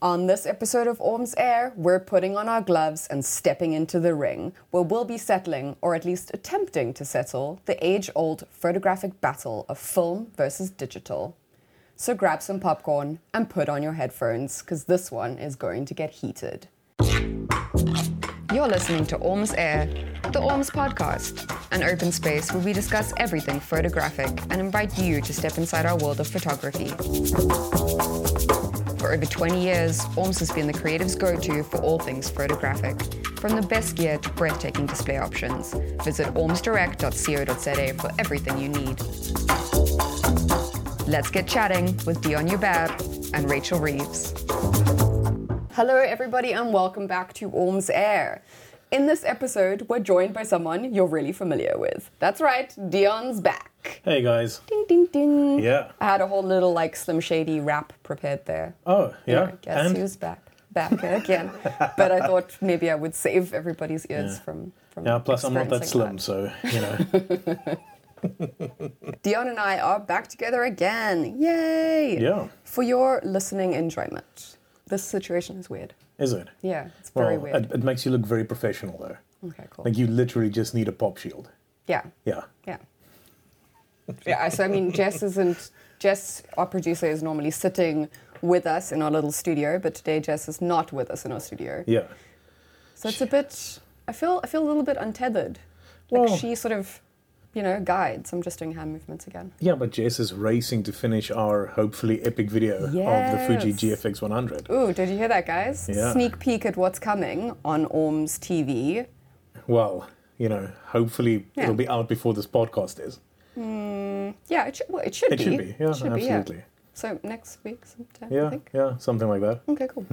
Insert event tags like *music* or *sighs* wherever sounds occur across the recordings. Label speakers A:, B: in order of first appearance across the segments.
A: On this episode of Orm's Air, we're putting on our gloves and stepping into the ring, where we'll be settling, or at least attempting to settle, the age old photographic battle of film versus digital. So grab some popcorn and put on your headphones, because this one is going to get heated. You're listening to Orm's Air, the Orms podcast, an open space where we discuss everything photographic and invite you to step inside our world of photography. For over 20 years, Orms has been the creative's go to for all things photographic. From the best gear to breathtaking display options, visit ormsdirect.co.za for everything you need. Let's get chatting with Dion Hubert and Rachel Reeves. Hello, everybody, and welcome back to Orm's Air. In this episode, we're joined by someone you're really familiar with. That's right, Dion's back.
B: Hey guys.
A: Ding, ding, ding.
B: Yeah.
A: I had a whole little like Slim Shady rap prepared there.
B: Oh, yeah.
A: I guess
B: and
A: he was back, back again.
B: *laughs*
A: but I thought maybe I would save everybody's ears from. from
B: yeah, plus I'm not that
A: experiencing
B: slim, so you know.
A: *laughs* Dion and I are back together again. Yay!
B: Yeah.
A: For your listening enjoyment, this situation is weird.
B: is it?
A: Yeah, it's
B: Well,
A: very weird.
B: It, it makes you look very professional though.
A: okay, cool.
B: Like you literally just need a pop shield.
A: yeah,
B: Yeah.
A: yeah, yeah. So I mean,
B: *laughs*
A: Jess isn't. Jess, our producer, is normally sitting with us in our little studio, but today Jess is not with us in our studio.
B: Yeah.
A: So it's a bit. I feel. I feel a little bit untethered. Like
B: Well-
A: she sort of, you know, guides. I'm just doing hand movements again.
B: Yeah, but Jess is racing to finish our hopefully epic video of the Fuji
A: Yes.
B: GFX 100.
A: Ooh, did you hear that, guys?
B: Yeah.
A: Sneak peek at what's coming on Orms TV.
B: Well, you know, hopefully
A: Yeah.
B: it'll be out before this podcast is.
A: Yeah, it should. Well, it should
B: It
A: be.
B: should be. Yeah, absolutely.
A: So next week, sometime. I
B: Yeah,
A: think.
B: yeah, something like that.
A: Okay, cool.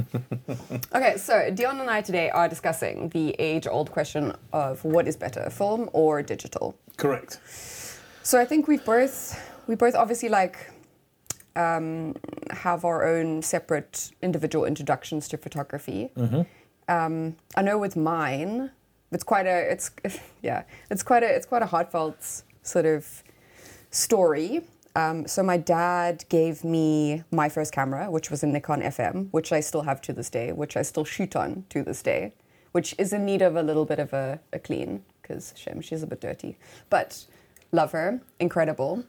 A: *laughs* okay, so Dion and I today are discussing the age-old question of what is better, film or digital.
B: Correct.
A: So I think we both we both obviously like um, have our own separate individual introductions to photography. Um, I know with mine, it's quite a it's *laughs* yeah it's quite a it's quite a heartfelt sort of story. Um, so my dad gave me my first camera, which was a Nikon FM, which I still have to this day, which I still shoot on to this day, which is in need of a little bit of a, a clean because shame she's a bit dirty, but love her, incredible.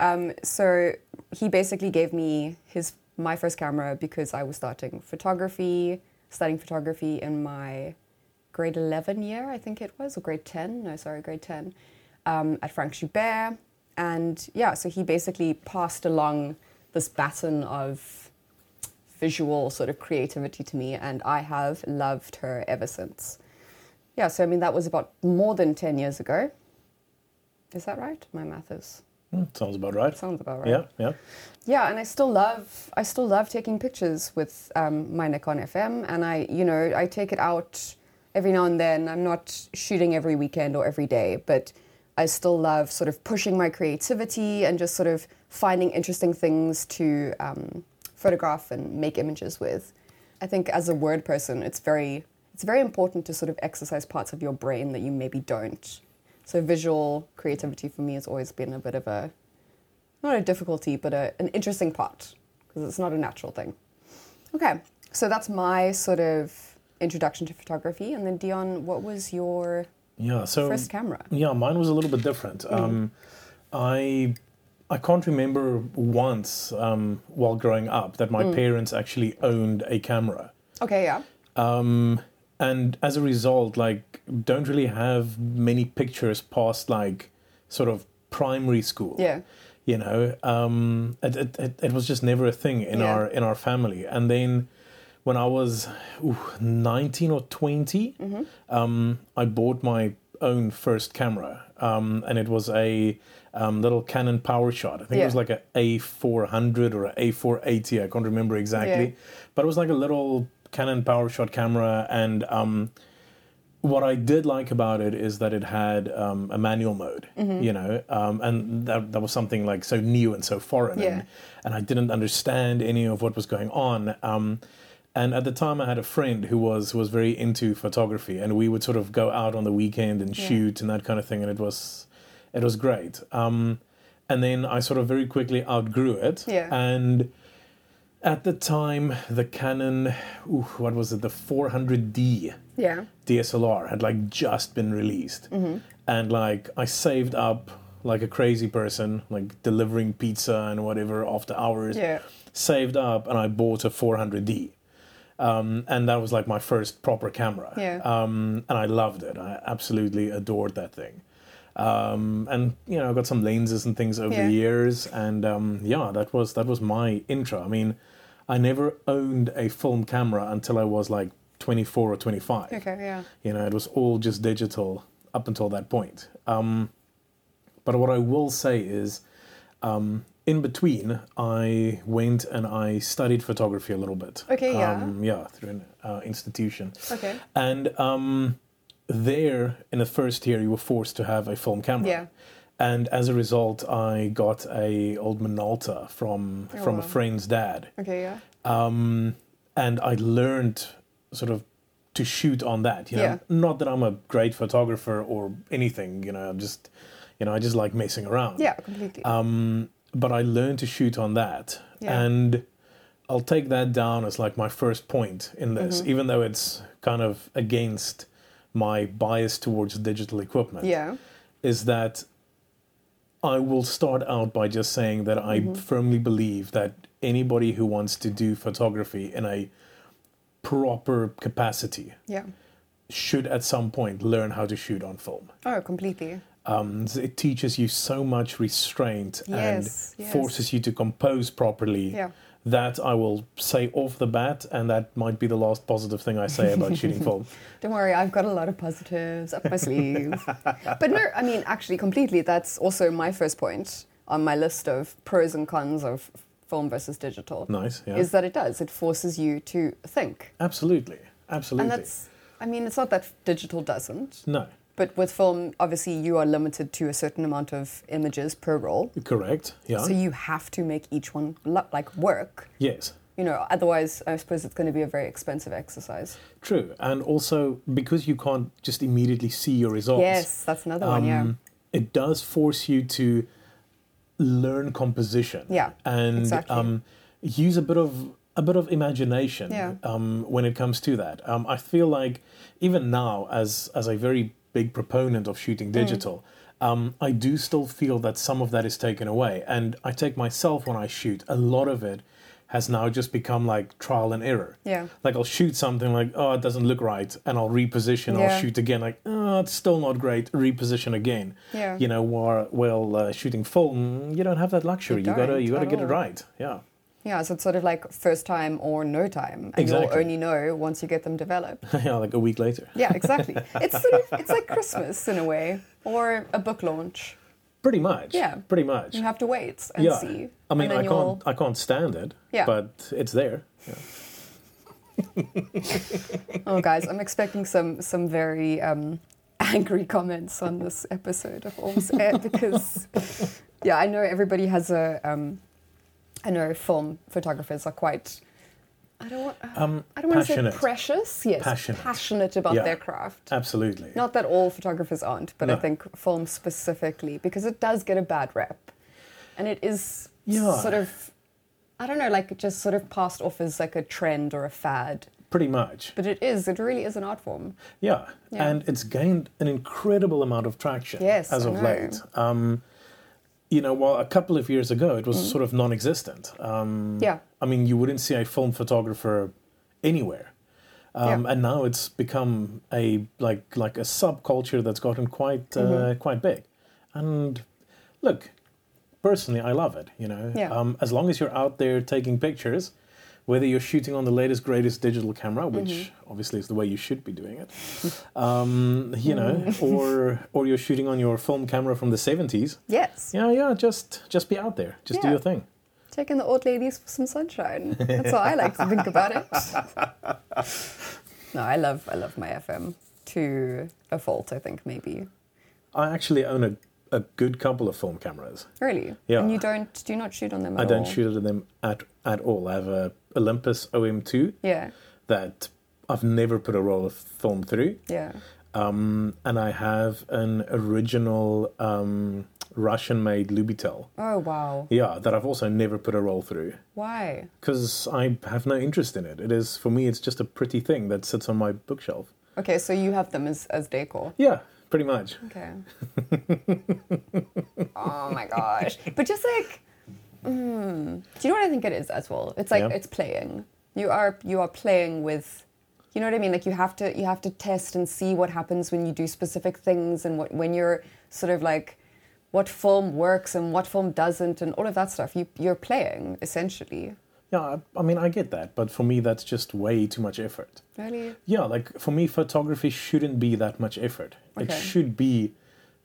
A: Um, so he basically gave me his my first camera because I was starting photography, studying photography in my grade 11 year, I think it was, or grade 10, no, sorry, grade 10, um, at Frank Schubert. And yeah, so he basically passed along this baton of visual sort of creativity to me, and I have loved her ever since. Yeah, so I mean, that was about more than 10 years ago. Is that right? My math is.
B: Hmm, sounds about right.
A: Sounds about right.
B: Yeah, yeah.
A: Yeah, and I still love I still love taking pictures with um, my Nikon FM, and I you know I take it out every now and then. I'm not shooting every weekend or every day, but I still love sort of pushing my creativity and just sort of finding interesting things to um, photograph and make images with. I think as a word person, it's very it's very important to sort of exercise parts of your brain that you maybe don't. So visual creativity for me has always been a bit of a not a difficulty, but a, an interesting part because it's not a natural thing. Okay, so that's my sort of introduction to photography. And then, Dion, what was your
B: Yeah, so
A: first camera?
B: Yeah, mine was a little bit different. Um, I I can't remember once um, while growing up that my parents actually owned a camera,
A: Okay, yeah.
B: um, and as a result, like don't really have many pictures past like sort of primary school.
A: Yeah.
B: you know, um, it, it, it it was just never a thing in
A: Yeah.
B: our in our family, and then. When I was ooh, 19 or 20,
A: Mm-hmm.
B: um, I bought my own first camera, um, and it was a um, little Canon PowerShot. I think
A: Yeah.
B: it was like a A400 or a A480. I can't remember exactly, but it was like a little Canon PowerShot camera. And um, what I did like about it is that it had um, a manual mode, you know, um, and that that was something like so new and so foreign,
A: Yeah.
B: and, and I didn't understand any of what was going on. Um, and at the time, I had a friend who was who was very into photography, and we would sort of go out on the weekend and shoot and that kind of thing, and it was it was great. Um, and then I sort of very quickly outgrew it,
A: Yeah.
B: and At the time, the Canon, ooh, what was it, the 400D
A: Yeah.
B: DSLR had like just been released,
A: Mm-hmm.
B: and like I saved up like a crazy person, like delivering pizza and whatever after hours.
A: Yeah.
B: Saved up, and I bought a 400D, um, and that was like my first proper camera.
A: Yeah.
B: Um, and I loved it. I absolutely adored that thing. Um, and you know, I got some lenses and things over
A: Yeah.
B: the years, and um, yeah, that was that was my intro. I mean, I never owned a film camera until I was like 24 or 25
A: Okay. Yeah.
B: you know it was all just digital up until that point um, but what i will say is um, in between i went and i studied photography a little bit
A: Okay, yeah.
B: um, yeah through an uh, institution
A: Okay.
B: and um, there in the first year you were forced to have a film camera
A: Yeah.
B: and as a result i got a old minolta from
A: Oh,
B: from a
A: wow.
B: friend's dad
A: Okay. Yeah.
B: um, and I learned sort of to shoot on that. You know,
A: Yeah.
B: not that I'm a great photographer or anything. You know, I'm just, you know, I just like messing around.
A: Yeah. Completely.
B: Um, but I learned to shoot on that,
A: Yeah.
B: and I'll take that down as like my first point in this,
A: Mm-hmm.
B: even though it's kind of against my bias towards digital equipment
A: yeah.
B: is that I will start out by just saying that I
A: Mm-hmm.
B: firmly believe that anybody who wants to do photography in a proper capacity
A: Yeah.
B: should at some point learn how to shoot on film.
A: Oh, completely.
B: Um, so it teaches you so much restraint
A: Yes,
B: and
A: yes.
B: forces you to compose properly.
A: Yeah.
B: That I will say off the bat, and that might be the last positive thing I say about
A: *laughs*
B: shooting film.
A: Don't worry, I've got a lot of positives up my *laughs* sleeve. but no, I mean, actually, completely. That's also my first point on my list of pros and cons of film versus digital.
B: Nice, yeah.
A: Is that it does. It forces you to think.
B: Absolutely, absolutely.
A: And that's, I mean, it's not that digital doesn't.
B: no,
A: But with film, obviously, you are limited to a certain amount of images per roll.
B: correct. Yeah.
A: So you have to make each one lo- like work.
B: yes.
A: You know, otherwise, I suppose it's going to be a very expensive exercise.
B: True, and also because you can't just immediately see your results.
A: Yes, that's another one. Yeah.
B: um, It does force you to learn composition.
A: Yeah,
B: and
A: exactly.
B: um, use a bit of a bit of imagination.
A: Yeah.
B: Um, when it comes to that, um, I feel like even now, as as a very big proponent of
A: Mm.
B: shooting digital. Um, I do still feel that some of that is taken away, and I take myself when I shoot. A lot of it has now just become like trial and error
A: Yeah.
B: like I'll shoot something like oh it doesn't look right and I'll reposition
A: Yeah.
B: I'll shoot again like oh it's still not great reposition again
A: Yeah.
B: you know while well uh, shooting film you don't have that luxury you,
A: You
B: gotta
A: don't
B: you gotta
A: at
B: get it
A: all.
B: right yeah *laughs*
A: Yeah, so it's sort of like first time or no time, and
B: Exactly.
A: you'll only know once you get them
B: *laughs*
A: developed.
B: yeah like a week later
A: Yeah, exactly. it's sort of it's like Christmas in a way, or a book launch.
B: pretty much
A: Yeah.
B: pretty much
A: You have to wait and
B: yeah
A: see.
B: I
A: and then
B: mean I
A: you'll-
B: can't I can't stand it
A: Yeah.
B: but it's there yeah.
A: Oh, guys, I'm expecting some some very um, *laughs* angry comments on this episode of Orms Air because, yeah, I know everybody has a. Um, I know film photographers are quite. I don't want.
B: um
A: I don't want to say
B: passionate
A: precious. Yes,
B: Passionate.
A: passionate, about
B: Yeah.
A: their craft.
B: absolutely
A: Not that all photographers aren't, but I
B: No.
A: think film specifically, because it does get a bad rep. And it is
B: Yeah.
A: sort of, I don't know, like just sort of passed off as like a trend or a fad.
B: pretty much
A: But it is, it really is an art form.
B: Yeah.
A: Yeah.
B: and it's gained an incredible amount of traction
A: Yes,
B: as
A: I
B: of
A: know.
B: late. Um, you know, while a couple of years ago it was
A: Mm.
B: sort of non existent. Um,
A: Yeah.
B: I mean, you wouldn't see a film photographer anywhere. Um,
A: Yeah.
B: And now it's become a like like a subculture that's gotten quite uh,
A: Mm-hmm.
B: quite big. And look, personally, I love it. You know,
A: Yeah.
B: um, as long as you're out there taking pictures, whether you're shooting on the latest greatest digital camera, which
A: Mm-hmm.
B: obviously is the way you should be doing it, um, you know,
A: Mm. *laughs*
B: or or you're shooting on your film camera from the seventies.
A: Yes.
B: Yeah, yeah, just just be out there, just do
A: Yeah.
B: your thing.
A: Taking the old ladies for some sunshine. That's how I like to think about
B: *laughs*
A: it. No, I love, I love my FM to a fault, I think, maybe.
B: I actually own a, a good couple of film cameras.
A: Really?
B: Yeah.
A: And you don't, do you not shoot on them at
B: I don't
A: all?
B: shoot at them at at all. I have a Olympus OM2
A: Yeah,
B: that I've never put a roll of film through.
A: yeah.
B: um, and I have an original um, Russian made Lubitel.
A: Oh wow.
B: Yeah, that I've also never put a roll through
A: Why?
B: because I have no interest in it. It is, for me, it's just a pretty thing that sits on my bookshelf.
A: Okay, so you have them as, as decor.
B: Yeah, pretty much. *laughs*
A: Okay. oh my gosh. But just like mm, do you know what I think it is as well? It's like
B: Yeah.
A: it's playing. You are you are playing with you know what I mean? Like you have to you have to test and see what happens when you do specific things and what when you're sort of like what film works and what film doesn't and all of that stuff. You you're playing, essentially.
B: Yeah, I, I mean, I get that, but for me, that's just way too much effort.
A: Really?
B: Yeah, like for me, photography shouldn't be that much effort. It
A: Okay.
B: should be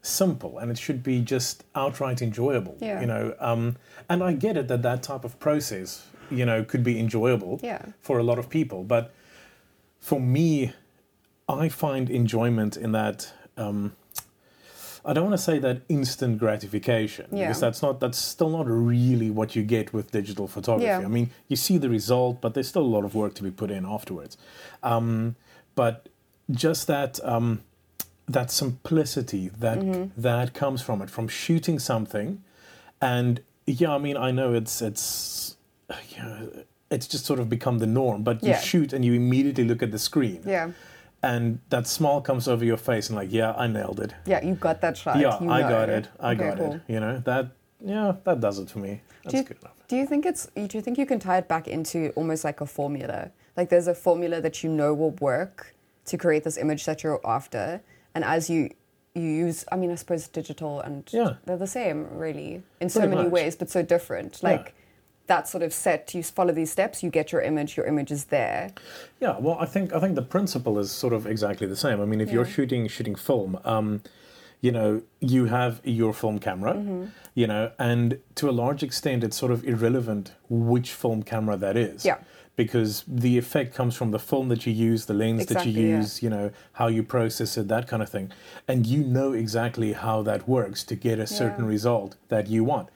B: simple and it should be just outright enjoyable.
A: Yeah.
B: You know, um, and I get it that that type of process, you know, could be enjoyable
A: Yeah.
B: for a lot of people. But for me, I find enjoyment in that. Um, I don't want to say that instant gratification
A: Yeah.
B: because that's not that's still not really what you get with digital photography.
A: Yeah.
B: I mean, you see the result, but there's still a lot of work to be put in afterwards. Um, but just that um, that simplicity that
A: Mm-hmm.
B: that comes from it, from shooting something, and yeah, I mean, I know it's it's you know, it's just sort of become the norm. But you
A: Yeah.
B: shoot and you immediately look at the screen,
A: Yeah.
B: and that smile comes over your face and like, yeah, I nailed it.
A: Yeah, you got that shot.
B: yeah,
A: You
B: I
A: know.
B: got it. I
A: Okay,
B: got
A: cool.
B: it. You know that. Yeah, that does it for me. That's
A: Do you,
B: good enough.
A: do you think it's? Do you think you can tie it back into almost like a formula? Like there's a formula that you know will work to create this image that you're after, and as you you use, I mean, I suppose digital and
B: Yeah.
A: they're the same really in so
B: Pretty
A: many
B: much.
A: ways, but so different.
B: Yeah.
A: Like that sort of set. You follow these steps, you get your image. Your image is there.
B: Yeah, well, I think I think the principle is sort of exactly the same. I mean, if you're
A: Yeah.
B: shooting shooting film, um, you know, you have your film camera,
A: Mm-hmm.
B: you know, and to a large extent, it's sort of irrelevant which film camera that is.
A: Yeah.
B: Because the effect comes from the film that you use, the lens that
A: Exactly,
B: you
A: yeah.
B: use, you know, how you process it, that kind of thing, and you know exactly how that works to get a certain result that you want.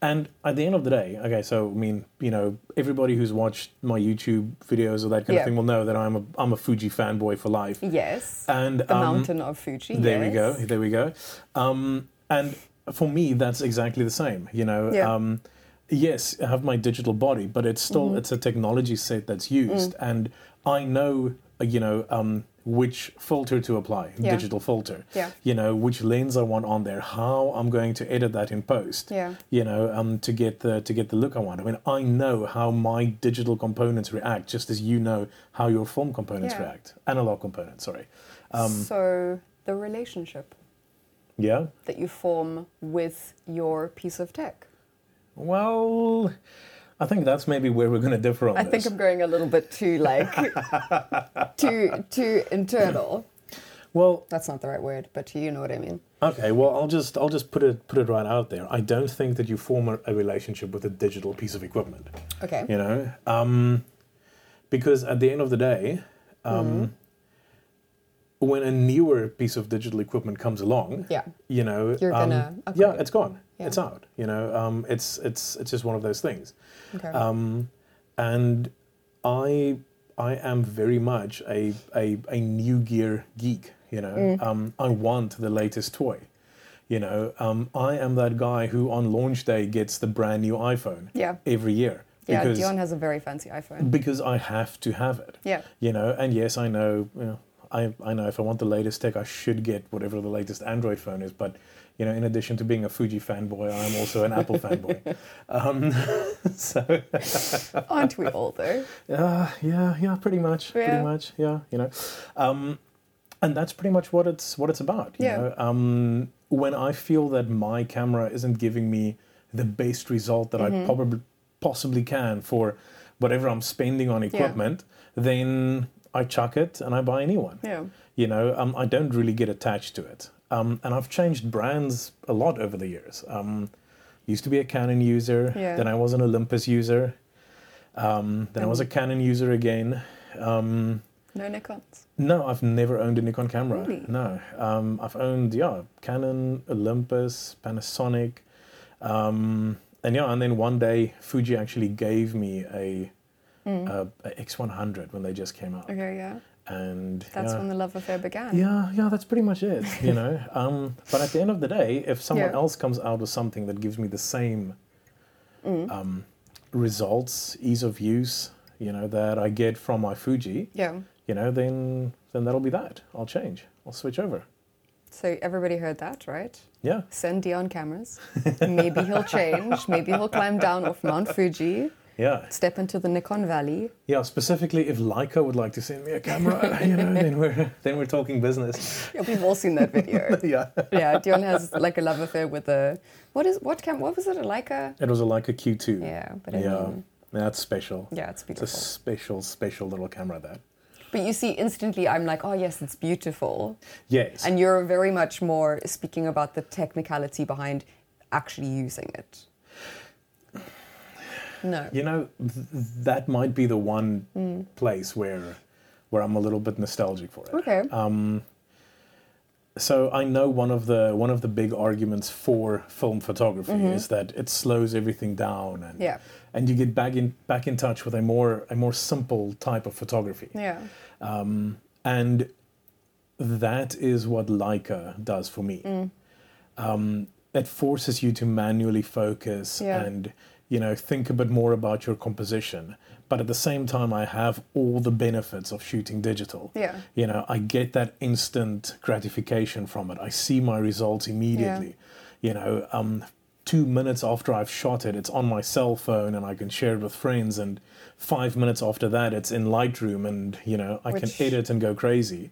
B: And at the end of the day, okay, so I mean, you know, everybody who's watched my YouTube videos or that kind
A: Yeah.
B: of thing will know that I'm a I'm a Fuji fanboy for life.
A: Yes.
B: And
A: the
B: um,
A: mountain of Fuji.
B: there we go.
A: yes.
B: There we go. Um, and for me, that's exactly the same. You know,
A: Yeah.
B: um, yes, I have my digital body, but it's still
A: Mm-hmm.
B: it's a technology set that's used,
A: Mm.
B: and I know uh, you know um, which filter to apply,
A: Yeah.
B: digital filter.
A: Yeah.
B: You know which lens I want on there, how I'm going to edit that in post.
A: Yeah.
B: You know, um, to get the to get the look I want. I mean, I know how my digital components react, just as you know how your film components
A: Yeah.
B: react, analog components. Sorry. Um,
A: so the relationship
B: Yeah.
A: that you form with your piece of tech.
B: Well, I think that's maybe where we're going to differ on
A: I
B: this.
A: think I'm going a little bit too
B: *laughs*
A: like too too internal.
B: well,
A: That's not the right word, but you know what I mean.
B: okay. Well, I'll just I'll just put it put it right out there. I don't think that you form a, a relationship with a digital piece of equipment.
A: Okay.
B: You know, um, because at the end of the day, um, when a newer piece of digital equipment comes along,
A: Yeah.
B: you know,
A: You're
B: um,
A: gonna upgrade
B: yeah,
A: it.
B: it's gone.
A: Yeah.
B: It's out. You know, um, it's it's it's just one of those things.
A: Okay.
B: Um, and I I am very much a a, a new gear geek. You know,
A: Mm.
B: um, I want the latest toy. You know, um, I am that guy who on launch day gets the brand new iPhone
A: Yeah.
B: every year
A: yeah,
B: because
A: Dion has a very fancy iPhone.
B: because I have to have it.
A: Yeah.
B: You know, and yes, I know. You know, I, I know if I want the latest tech, I should get whatever the latest Android phone is. But, you know, in addition to being a Fuji fanboy, I'm also an Apple fanboy. Um, so,
A: Aren't we all though?
B: uh, yeah, yeah, pretty much,
A: Yeah.
B: pretty much, yeah, you know, um, and that's pretty much what it's what it's about. You
A: Yeah.
B: know? um, when I feel that my camera isn't giving me the best result that
A: Mm-hmm.
B: I probably possibly can for whatever I'm spending on equipment, then I chuck it and I buy a new one.
A: Yeah.
B: You know, um, I don't really get attached to it, um, and I've changed brands a lot over the years. Um, used to be a Canon user,
A: Yeah.
B: then I was an Olympus user. Um, then I was a Canon user again. Um,
A: No Nikons.
B: no, I've never owned a Nikon camera.
A: Really?
B: No, um, I've owned yeah Canon, Olympus, Panasonic, um, and yeah, and then one day Fuji actually gave me a uh, X100 when they just came out.
A: Mm. Okay, yeah.
B: And
A: That's
B: yeah.
A: when the love affair began.
B: Yeah, yeah, that's pretty much it, you know. *laughs* Um, but at the end of the day, if someone
A: Yeah.
B: else comes out with something that gives me the same
A: Mm.
B: um, results, ease of use, you know, that I get from my Fuji,
A: Yeah.
B: you know, then then that'll be that. I'll change. I'll switch over.
A: So everybody heard that, right?
B: Yeah.
A: Send Dion cameras. Maybe he'll change. Maybe he'll climb down off Mount Fuji,
B: Yeah.
A: step into the Nikon Valley.
B: Yeah, specifically if Leica would like to send me a camera, *laughs* you know, then we're then we're talking business. *laughs*
A: Yeah, we've all seen that video.
B: yeah.
A: yeah, Dion has like a love affair with a what is what cam? What was it? A Leica?
B: It was a Leica Q2.
A: Yeah, but I
B: Yeah.
A: mean,
B: That's special.
A: yeah, it's
B: It's a
A: beautiful.
B: special, special little camera that.
A: But you see, instantly, I'm like, oh yes, it's beautiful,
B: Yes.
A: and you're very much more speaking about the technicality behind actually using it. No.
B: You know, th- that might be the one place where where I'm a little bit nostalgic for it.
A: Mm. Okay.
B: Um, So I know one of the one of the big arguments for film photography is that it slows everything down and
A: Mm-hmm. Yeah.
B: and you get back in back in touch with a more a more simple type of photography.
A: yeah.
B: Um, and that is what Leica does for me.
A: Mm.
B: Um, it forces you to manually focus
A: Yeah.
B: and you know think a bit more about your composition. But at the same time, I have all the benefits of shooting digital.
A: Yeah.
B: You know, I get that instant gratification from it. I see my results immediately. You know, um, two minutes after I've shot it, it's on my cell phone and I can share it with friends. And five minutes after that, it's in Lightroom and, you know, I
A: Which-
B: can edit and go crazy.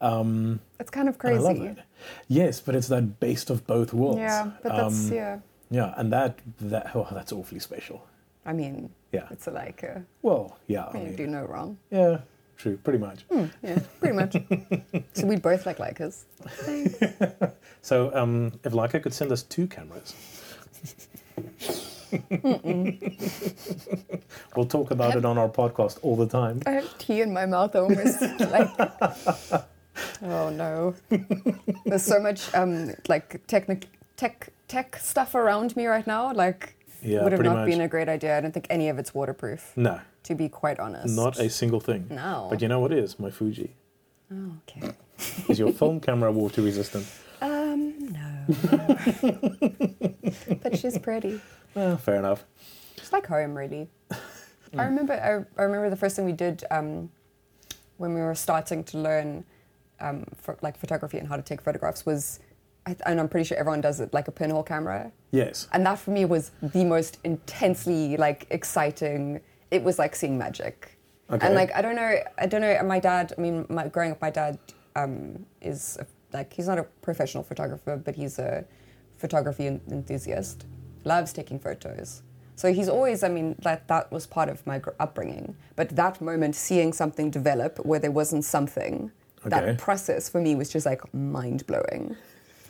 A: It's kind of
B: And
A: crazy.
B: I love it. Yes, but it's that best of both worlds.
A: Yeah, but
B: um,
A: that's yeah.
B: yeah, and that, that oh, that's awfully special.
A: I mean,
B: Yeah.
A: it's a like uh,
B: Well, yeah, I
A: you
B: mean, hmm.
A: do no wrong.
B: yeah, true, pretty much.
A: Yeah, pretty much.
B: *laughs*
A: so we both like Leicas.
B: So um, if Leica could send us two cameras. *laughs* we'll talk about it on our podcast all the time.
A: I have tea in my mouth almost. like, oh no. There's so much um, like technic- tech tech stuff around me right now. Like,
B: Yeah,
A: would have
B: pretty
A: not
B: much.
A: been a great idea. I don't think any of it's waterproof.
B: No,
A: To be quite honest.
B: not a single thing.
A: No.
B: But you know what is? My Fuji.
A: Oh, okay.
B: Is your
A: *laughs*
B: film camera water resistant?
A: Um, no.
B: *laughs*
A: but she's pretty.
B: Well, fair enough.
A: It's like home, really. I remember. I, I remember the first thing we did um, when we were starting to learn um, for, like photography and how to take photographs was, I, and I'm pretty sure everyone does it, like a pinhole camera.
B: Yes.
A: And that for me was the most intensely like exciting. It was like seeing magic.
B: Okay.
A: And like I don't know, I don't know. My dad. I mean, my, growing up, my dad um, is a, like he's not a professional photographer, but he's a photography en- enthusiast. Loves taking photos. So he's always. I mean, that that was part of my gr- upbringing. But that moment, seeing something develop where there wasn't something,
B: Okay.
A: that process for me was just like mind blowing.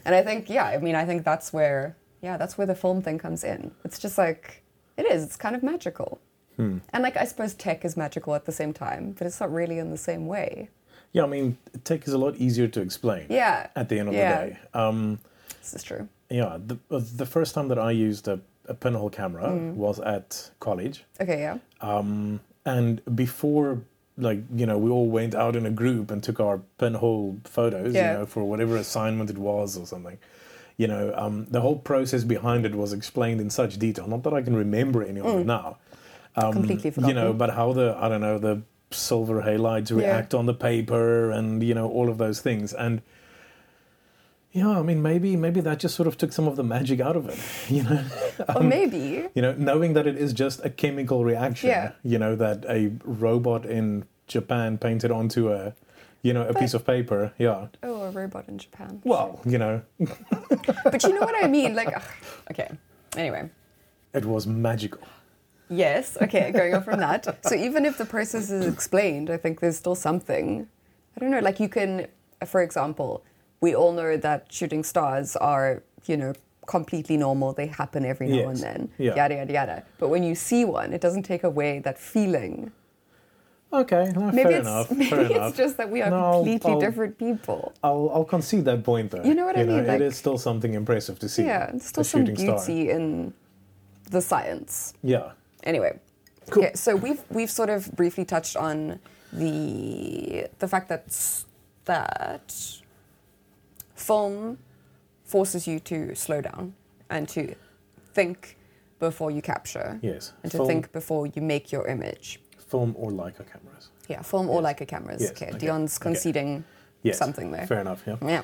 A: And I think, yeah, I mean, I think that's where, yeah, that's where the film thing comes in. It's just like, it is, it's kind of magical.
B: Hmm.
A: And like, I suppose tech is magical at the same time, but it's not really in the same way.
B: Yeah, I mean, tech is a lot easier to explain.
A: Yeah.
B: At the end of
A: Yeah.
B: the day. Um,
A: This is true.
B: yeah, the, uh, the first time that I used a, a pinhole camera
A: Mm.
B: was at college.
A: Okay, yeah.
B: Um, and before, like, you know, we all went out in a group and took our pinhole photos,
A: Yeah.
B: you know, for whatever assignment it was or something. You know, um, the whole process behind it was explained in such detail. Not that I can remember any of it now. Um,
A: Mm. Completely
B: You know,
A: forgotten.
B: but how the, I don't know, the silver halides react on the paper and, you know, all of those things. And, yeah, I mean, maybe maybe that just sort of took some of the magic out of it, *laughs* you know
A: or
B: Um,
A: maybe,
B: you know, knowing that it is just a chemical reaction,
A: Yeah.
B: you know, that a robot in Japan painted onto a, you know, a piece of paper. Yeah.
A: oh, a robot in Japan.
B: Well, you know,
A: but you know what I mean? Like, ugh, okay. Anyway.
B: it was magical.
A: Yes. Okay. Going on from that. So even if the process is explained, I think there's still something. I don't know. Like you can, for example, we all know that shooting stars are, you know, completely normal. They happen every now and
B: Yes.
A: then.
B: Yeah.
A: Yada yada yada. But when you see one, it doesn't take away that feeling.
B: Okay, no,
A: Maybe
B: fair
A: it's *laughs*
B: enough.
A: maybe
B: fair
A: it's
B: enough.
A: just that we are
B: No, I'll-
A: completely
B: I'll-
A: different people.
B: I'll, I'll concede that point though.
A: You know what I mean, like-
B: it is still something impressive to see.
A: Yeah. There's still
B: a
A: some
B: shooting
A: beauty
B: star.
A: in the science.
B: Yeah.
A: Anyway,
B: Cool.
A: Okay, so we've we've sort of briefly touched on the the fact that s- that film forces you to slow down and to think before you capture.
B: Yes.
A: And to
B: Film-
A: think before you make your image.
B: Film or Leica cameras.
A: Yeah, film or Leica cameras.
B: Yes,
A: Okay,
B: okay,
A: Dion's
B: okay.
A: conceding
B: Yes.
A: something there.
B: Fair enough. Yeah.
A: Yeah.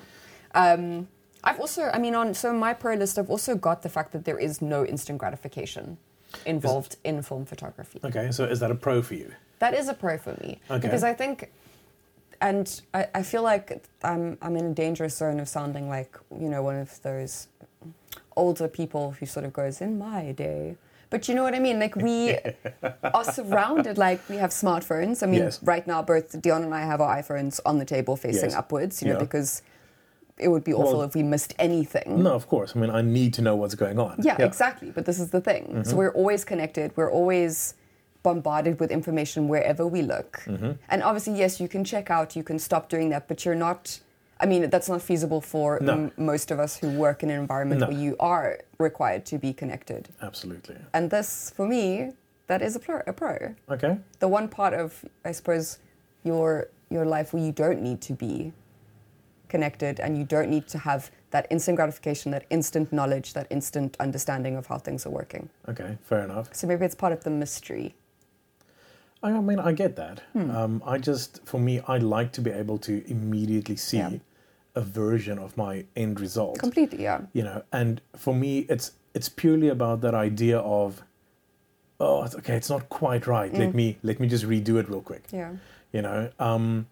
A: Um, I've also, I mean, on so my pro list, I've also got the fact that there is no instant gratification involved in film photography.
B: Okay. So is that a pro for you?
A: That is a pro for me
B: Okay.
A: because I think, and I, I feel like I'm I'm in a dangerous zone of sounding like you know one of those older people who sort of goes in my day. But you know what I mean? Like
B: *laughs*
A: we are surrounded. Like we have smartphones. I mean,
B: Yes.
A: right now both Dion and I have our iPhones on the table facing
B: Yes.
A: upwards. You know
B: Yeah.
A: because it would be awful
B: Well-
A: if we missed anything.
B: No, of course. I mean, I need to know what's going on.
A: Yeah, exactly. But this is the thing.
B: Mm-hmm.
A: So we're always connected. We're always bombarded with information wherever we look.
B: Mm-hmm.
A: And obviously, yes, you can check out, you can stop doing that, but you're not. I mean, that's not feasible for
B: No.
A: m- most of us who work in an environment
B: No.
A: where you are required to be connected.
B: Absolutely.
A: And this, for me, that is a pro. A pro.
B: Okay.
A: The one part of, I suppose, your your life where you don't need to be connected and you don't need to have that instant gratification, that instant knowledge, that instant understanding of how things are working.
B: Okay. Fair enough.
A: So maybe it's part of the mystery.
B: I I mean, I get that. Um, I just, for me, I like to be able to immediately see
A: Yeah.
B: a version of my end result.
A: Completely, yeah.
B: you know, and for me, it's it's purely about that idea of, oh, it's- okay, it's not quite right. Let me let me just redo it real quick.
A: Yeah.
B: You know, um,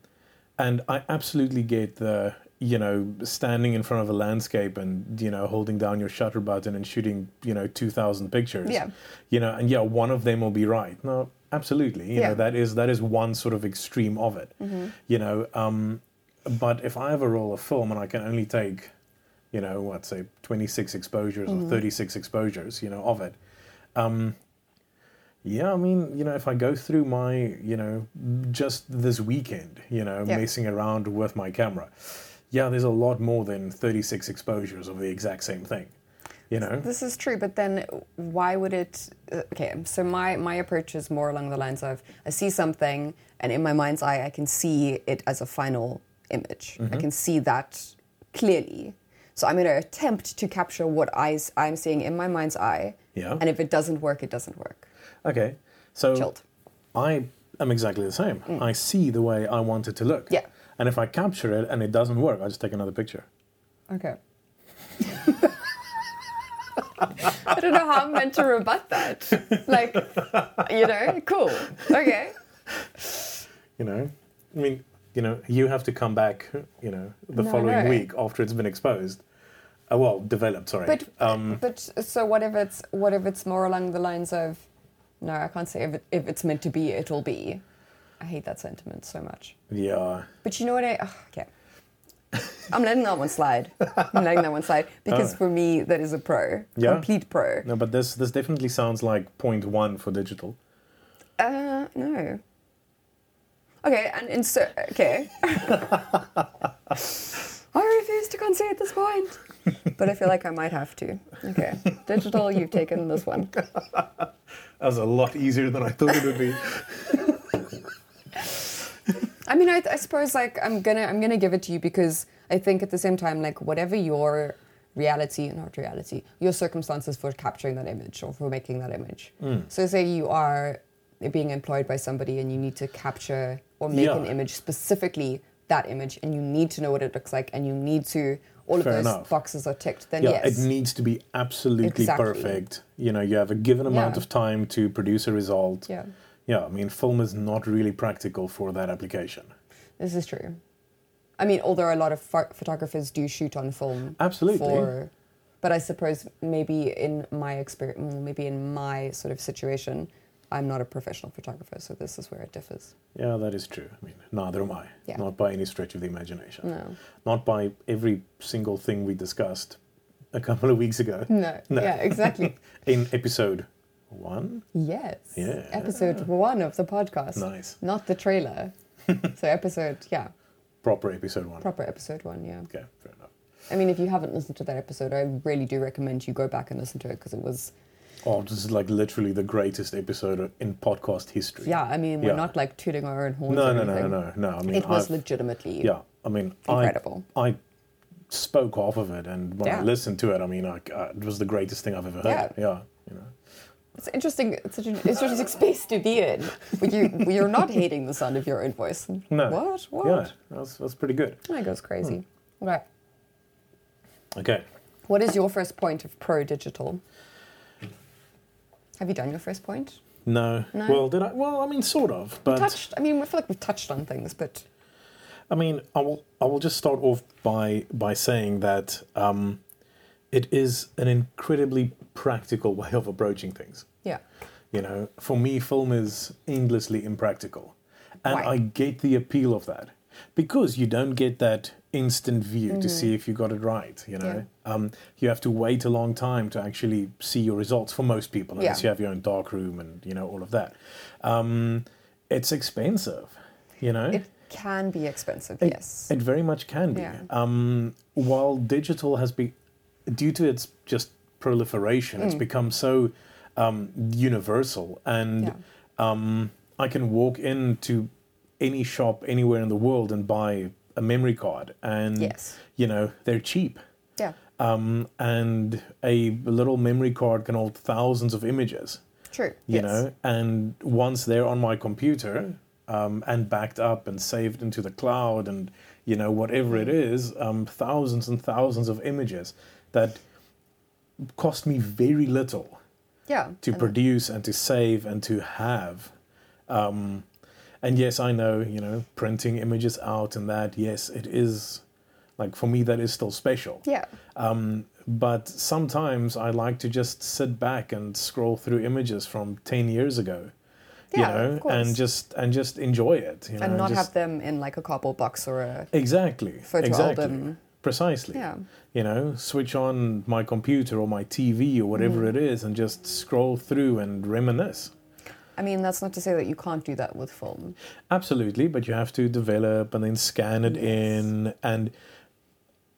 B: and I absolutely get the you know standing in front of a landscape and you know holding down your shutter button and shooting you know two thousand pictures.
A: Yeah.
B: You know, and yeah, one of them will be right. No, absolutely. You
A: Yeah. Mm-hmm.
B: know, that is that is one sort of extreme of it. You know, um, but if I have a roll of film and I can only take, you know, what say twenty six exposures
A: Mm-hmm.
B: or thirty six exposures, you know, of it. Yeah, I mean, you know, if I go through my, you know, just this weekend, you know,
A: Yeah.
B: messing around with my camera, yeah, there's a lot more than 36 exposures of the exact same thing, you know?
A: This is true, but then why would it? uh, Okay, so my, my approach is more along the lines of I see something, and in my mind's eye, I can see it as a final image. I can see that clearly. So I'm going to attempt to capture what I, am seeing in my mind's eye.
B: Yeah.
A: And if it doesn't work, it doesn't work.
B: Okay, so
A: Chilled. Mm.
B: I am exactly the same. I see the way I want it to look.
A: Yeah.
B: And if I capture it and it doesn't work, I just take another picture.
A: Okay. *laughs* I don't know how I'm meant to rebut that. Like, you know, cool. Okay.
B: you know i mean you know you have to come back you know the
A: No, I
B: following
A: know.
B: week after it's been exposed uh, well developed sorry
A: But
B: um,
A: but so what if it's what if it's more along the lines of no, I can't say if it, if it's meant to be, it'll be. I hate that sentiment so much.
B: yeah
A: But you know what I ugh,
B: *laughs*
A: okay. I'm letting that one slide. I'm letting that one
B: *laughs*
A: slide because
B: Oh.
A: for me that is a pro,
B: Yeah.
A: complete pro.
B: no but this this definitely sounds like point one for digital
A: Uh, no. Okay, and insert.
B: *laughs*
A: Okay. I refuse to concede this point, but I feel like I might have to. Okay, digital, you've taken this one.
B: that was a lot easier than i thought it would be
A: I mean, I, I suppose like I'm gonna I'm gonna give it to you because I think at the same time like whatever your reality not reality your circumstances for capturing that image or for making that image.
B: Hmm.
A: So say you are being employed by somebody and you need to capture or make
B: Yeah.
A: an image specifically that image and you need to know what it looks like and you need to all
B: Fair
A: of those
B: enough.
A: boxes are ticked. Then
B: *laughs* yeah
A: yes,
B: it needs to be absolutely
A: Exactly.
B: perfect you know you have a given amount
A: Yeah.
B: of time to produce a result
A: Yeah.
B: yeah i mean film is not really practical for that application
A: this is true. I mean, although a lot of pho- photographers do shoot on film,
B: Absolutely.
A: For, but I suppose maybe in my experience, maybe in my sort of situation, I'm not a professional photographer, so this is where it differs.
B: yeah that is true i mean neither am i
A: Yeah.
B: not by any stretch of the imagination
A: No,
B: not by every single thing we discussed a couple of weeks ago
A: no,
B: No.
A: yeah, exactly.
B: *laughs* in episode one.
A: yes,
B: Yeah.
A: episode one of the podcast,
B: Nice.
A: not the trailer. so episode, yeah,
B: Proper episode one.
A: proper episode one, yeah.
B: okay, fair enough.
A: I mean, if you haven't listened to that episode, I really do recommend you go back and listen to it because it was
B: Oh, this is like literally the greatest episode in podcast history.
A: Yeah, I mean, we're
B: Yeah.
A: not like tooting our own horns.
B: No,
A: or
B: no, no, no,
A: anything.
B: no, no. I mean,
A: It was
B: I've-
A: legitimately.
B: yeah. I mean,
A: incredible.
B: I, I spoke off of it, and when I
A: Yeah.
B: listened to it, I mean, I, I, it was the greatest thing I've ever heard.
A: Yeah.
B: you know.
A: It's interesting. It's such, an, it's such a space to be in. But you, you're not hating the sound of your own voice.
B: No.
A: What? What? Oh
B: Yeah, Hmm. that's that's pretty good.
A: That goes crazy. Right.
B: Okay.
A: What is your first point of pro digital? Have you done your first point?
B: No.
A: No.
B: Well, did I? Well, I mean, sort of, but
A: Touched. I mean, I feel like we've touched on things, but
B: I mean, I will. I will just start off by by saying that um, it is an incredibly practical way of approaching things.
A: yeah,
B: You know, for me, film is endlessly impractical. And
A: Why?
B: I get the appeal of that because you don't get that instant view
A: Mm-hmm.
B: to see if you got it right. You know, um, you have to wait a long time to actually see your results for most people, unless
A: Yeah.
B: you have your own dark room and, you know, all of that. Um, it's expensive, you know?
A: it can be expensive. yes.
B: It very much can be.
A: Yeah.
B: Um, while digital has been, due to its just proliferation,
A: Mm.
B: it's become so um, universal. And
A: Yeah.
B: um, I can walk into any shop anywhere in the world and buy a memory card. And,
A: Yes.
B: you know, they're cheap.
A: yeah.
B: Um, and a little memory card can hold thousands of images
A: True.
B: you
A: yes.
B: know and once they're on my computer um, and backed up and saved into the cloud and you know whatever it is um, thousands and thousands of images that cost me very little
A: Yeah.
B: to
A: and-
B: produce and to save and to have um, and yes i know you know printing images out and that yes it is like for me that is still special
A: yeah.
B: um, but sometimes I like to just sit back and scroll through images from ten years ago, you
A: Yeah,
B: know,
A: of course.
B: and just and just enjoy it, you know,
A: and not
B: just-
A: have them in like a cardboard box or a
B: exactly,
A: photo
B: exactly,
A: album.
B: precisely,
A: Yeah.
B: you know, switch on my computer or my TV or whatever
A: Mm.
B: it is, and just scroll through and reminisce.
A: I mean, that's not to say that you can't do that with film.
B: Absolutely, but you have to develop and then scan it in, and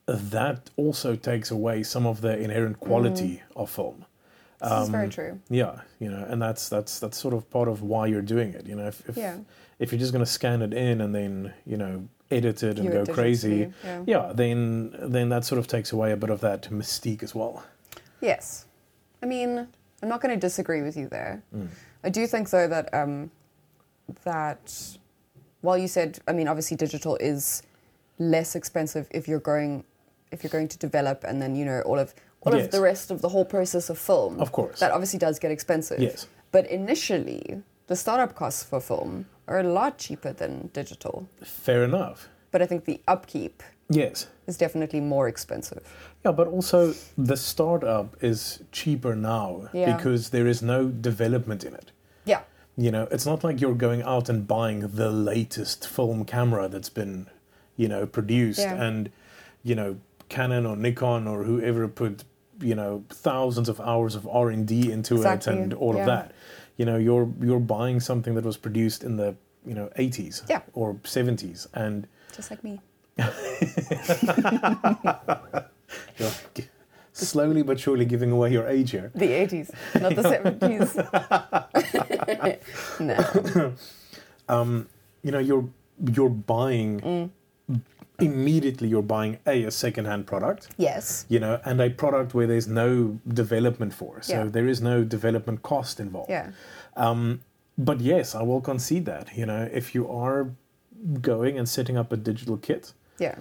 B: that also takes away some of the inherent quality of film.
A: Mm.
B: Um,
A: This is very true.
B: Yeah, you know, and that's that's that's sort of part of why you're doing it. You know, if if,
A: Yeah.
B: if you're just going to scan it in and then you know edit it and
A: You
B: go
A: edit it
B: crazy,
A: too, yeah.
B: then then that sort of takes away a bit of that mystique as well.
A: Yes. I mean, I'm not going to disagree with you there.
B: Mm.
A: I do think, though, that um, that while you said, I mean, obviously, digital is less expensive if you're going if you're going to develop and then you know all of all
B: Yes.
A: of the rest of the whole process of film.
B: Of course.
A: that obviously does get expensive.
B: Yes.
A: but initially, the startup costs for film are a lot cheaper than digital.
B: Fair enough.
A: But I think the upkeep
B: Yes.
A: is definitely more expensive.
B: Yeah, but also the startup is cheaper now
A: Yeah.
B: because there is no development in it.
A: Yeah,
B: You know, it's not like you're going out and buying the latest film camera that's been, you know, produced
A: Yeah.
B: and, you know, Canon or Nikon or whoever put, you know, thousands of hours of R and D into
A: Exactly,
B: it and all of
A: yeah.
B: that. You know, you're you're buying something that was produced in the you know eighties
A: Yeah.
B: or seventies and
A: just like me.
B: you're g- slowly but surely giving away your age here.
A: The 80s, not the 70s. *laughs* no.
B: you know you're you're buying
A: Mm.
B: immediately you're buying a a secondhand product
A: Yes.
B: you know and a product where there's no development for so
A: Yeah.
B: there is no development cost involved
A: Yeah.
B: but yes i will concede that you know if you are going and setting up a digital kit
A: Yeah.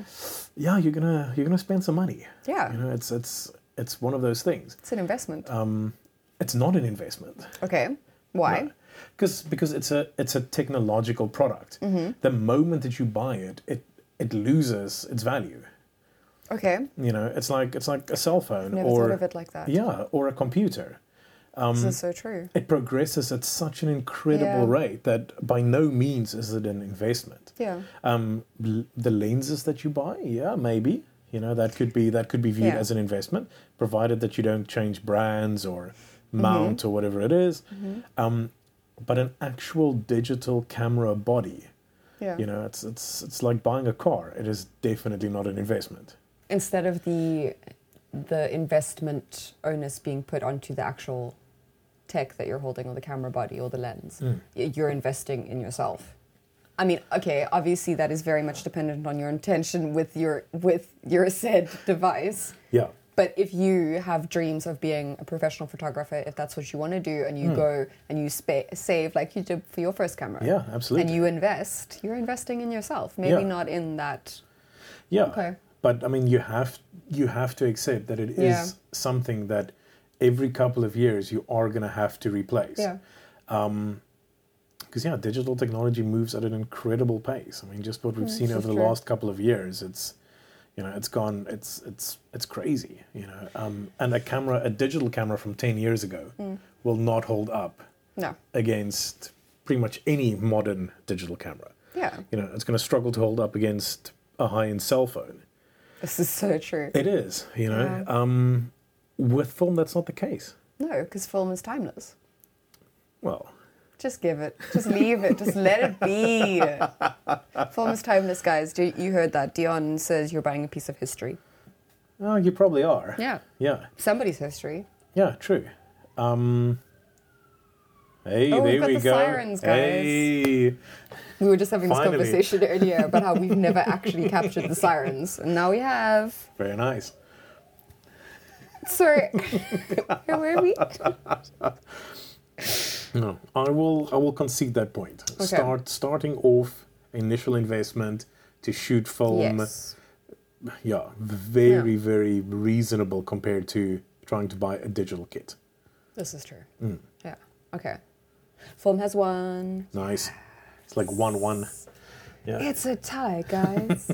B: yeah you're gonna you're gonna spend some money
A: Yeah.
B: you know it's it's it's one of those things
A: It's an investment.
B: um it's not an investment
A: okay. Why?
B: because because it's a it's a technological product
A: Mm-hmm.
B: the moment that you buy it it it loses its value
A: Okay.
B: you know it's like it's like a cell phone
A: Never
B: or
A: thought of it like that.
B: yeah um, or a computer
A: this is so true.
B: it progresses at such an incredible
A: Yeah.
B: rate that by no means is it an investment
A: Yeah.
B: um, l- the lenses that you buy yeah maybe you know that could be that could be viewed
A: Yeah.
B: as an investment provided that you don't change brands or
A: Mm-hmm.
B: mount or whatever it is. um, but an actual digital camera body
A: Yeah.
B: you know it's it's it's like buying a car it is definitely not an investment
C: instead of the the investment onus being put onto the actual
A: tech that you're holding or the camera body or the lens.
B: Mm.
A: Y- You're investing in yourself. I mean, okay, obviously that is very much dependent on your intention with your with your said device.
B: Yeah.
A: But if you have dreams of being a professional photographer, if that's what you want to do, and you
B: Hmm.
A: go and you spa- save like you did for your first camera,
B: Yeah, absolutely.
A: and you invest, you're investing in yourself. Maybe
B: Yeah.
A: not in that.
B: Yeah.
A: Okay.
B: But I mean, you have you have to accept that it is
A: Yeah.
B: something that every couple of years you are going to have to replace.
A: Yeah,
B: Because yeah, digital technology moves at an incredible pace. I mean, just what we've seen
A: Mm, this
B: over
A: is
B: the
A: true.
B: last couple of years, it's you know, it's gone. It's it's it's crazy. You know, um, and a camera, a digital camera from ten years ago,
A: Mm.
B: will not hold up
A: no,
B: against pretty much any modern digital camera.
A: yeah,
B: You know, it's going to struggle to hold up against a high-end cell phone.
A: this is so true.
B: It is, you know.
A: Yeah.
B: Um, with film, that's not the case.
A: No, because film is timeless.
B: Well,
A: Just give it. Just leave it. Just let it
B: *laughs*
A: be. Film is timeless, guys. Do, you heard that? Dion says you're buying a piece of history.
B: oh, you probably are.
A: Yeah,
B: yeah,
A: somebody's history.
B: yeah, true. Um, hey,
A: Oh,
B: there
A: we've got
B: we
A: the
B: go.
A: sirens, guys.
B: Hey,
A: We were just having this
B: Finally.
A: conversation earlier about how we've
B: *laughs*
A: never actually captured the sirens, and now we have.
B: very nice.
A: So, where were we?
B: No, I will. I will concede that point.
A: Okay.
B: Start starting off initial investment to shoot film.
A: yes.
B: Yeah, very very reasonable compared to trying to buy a digital kit.
A: This is true. Yeah. Okay. Film has won.
B: Nice. It's like one one. Yeah.
A: It's a tie, guys.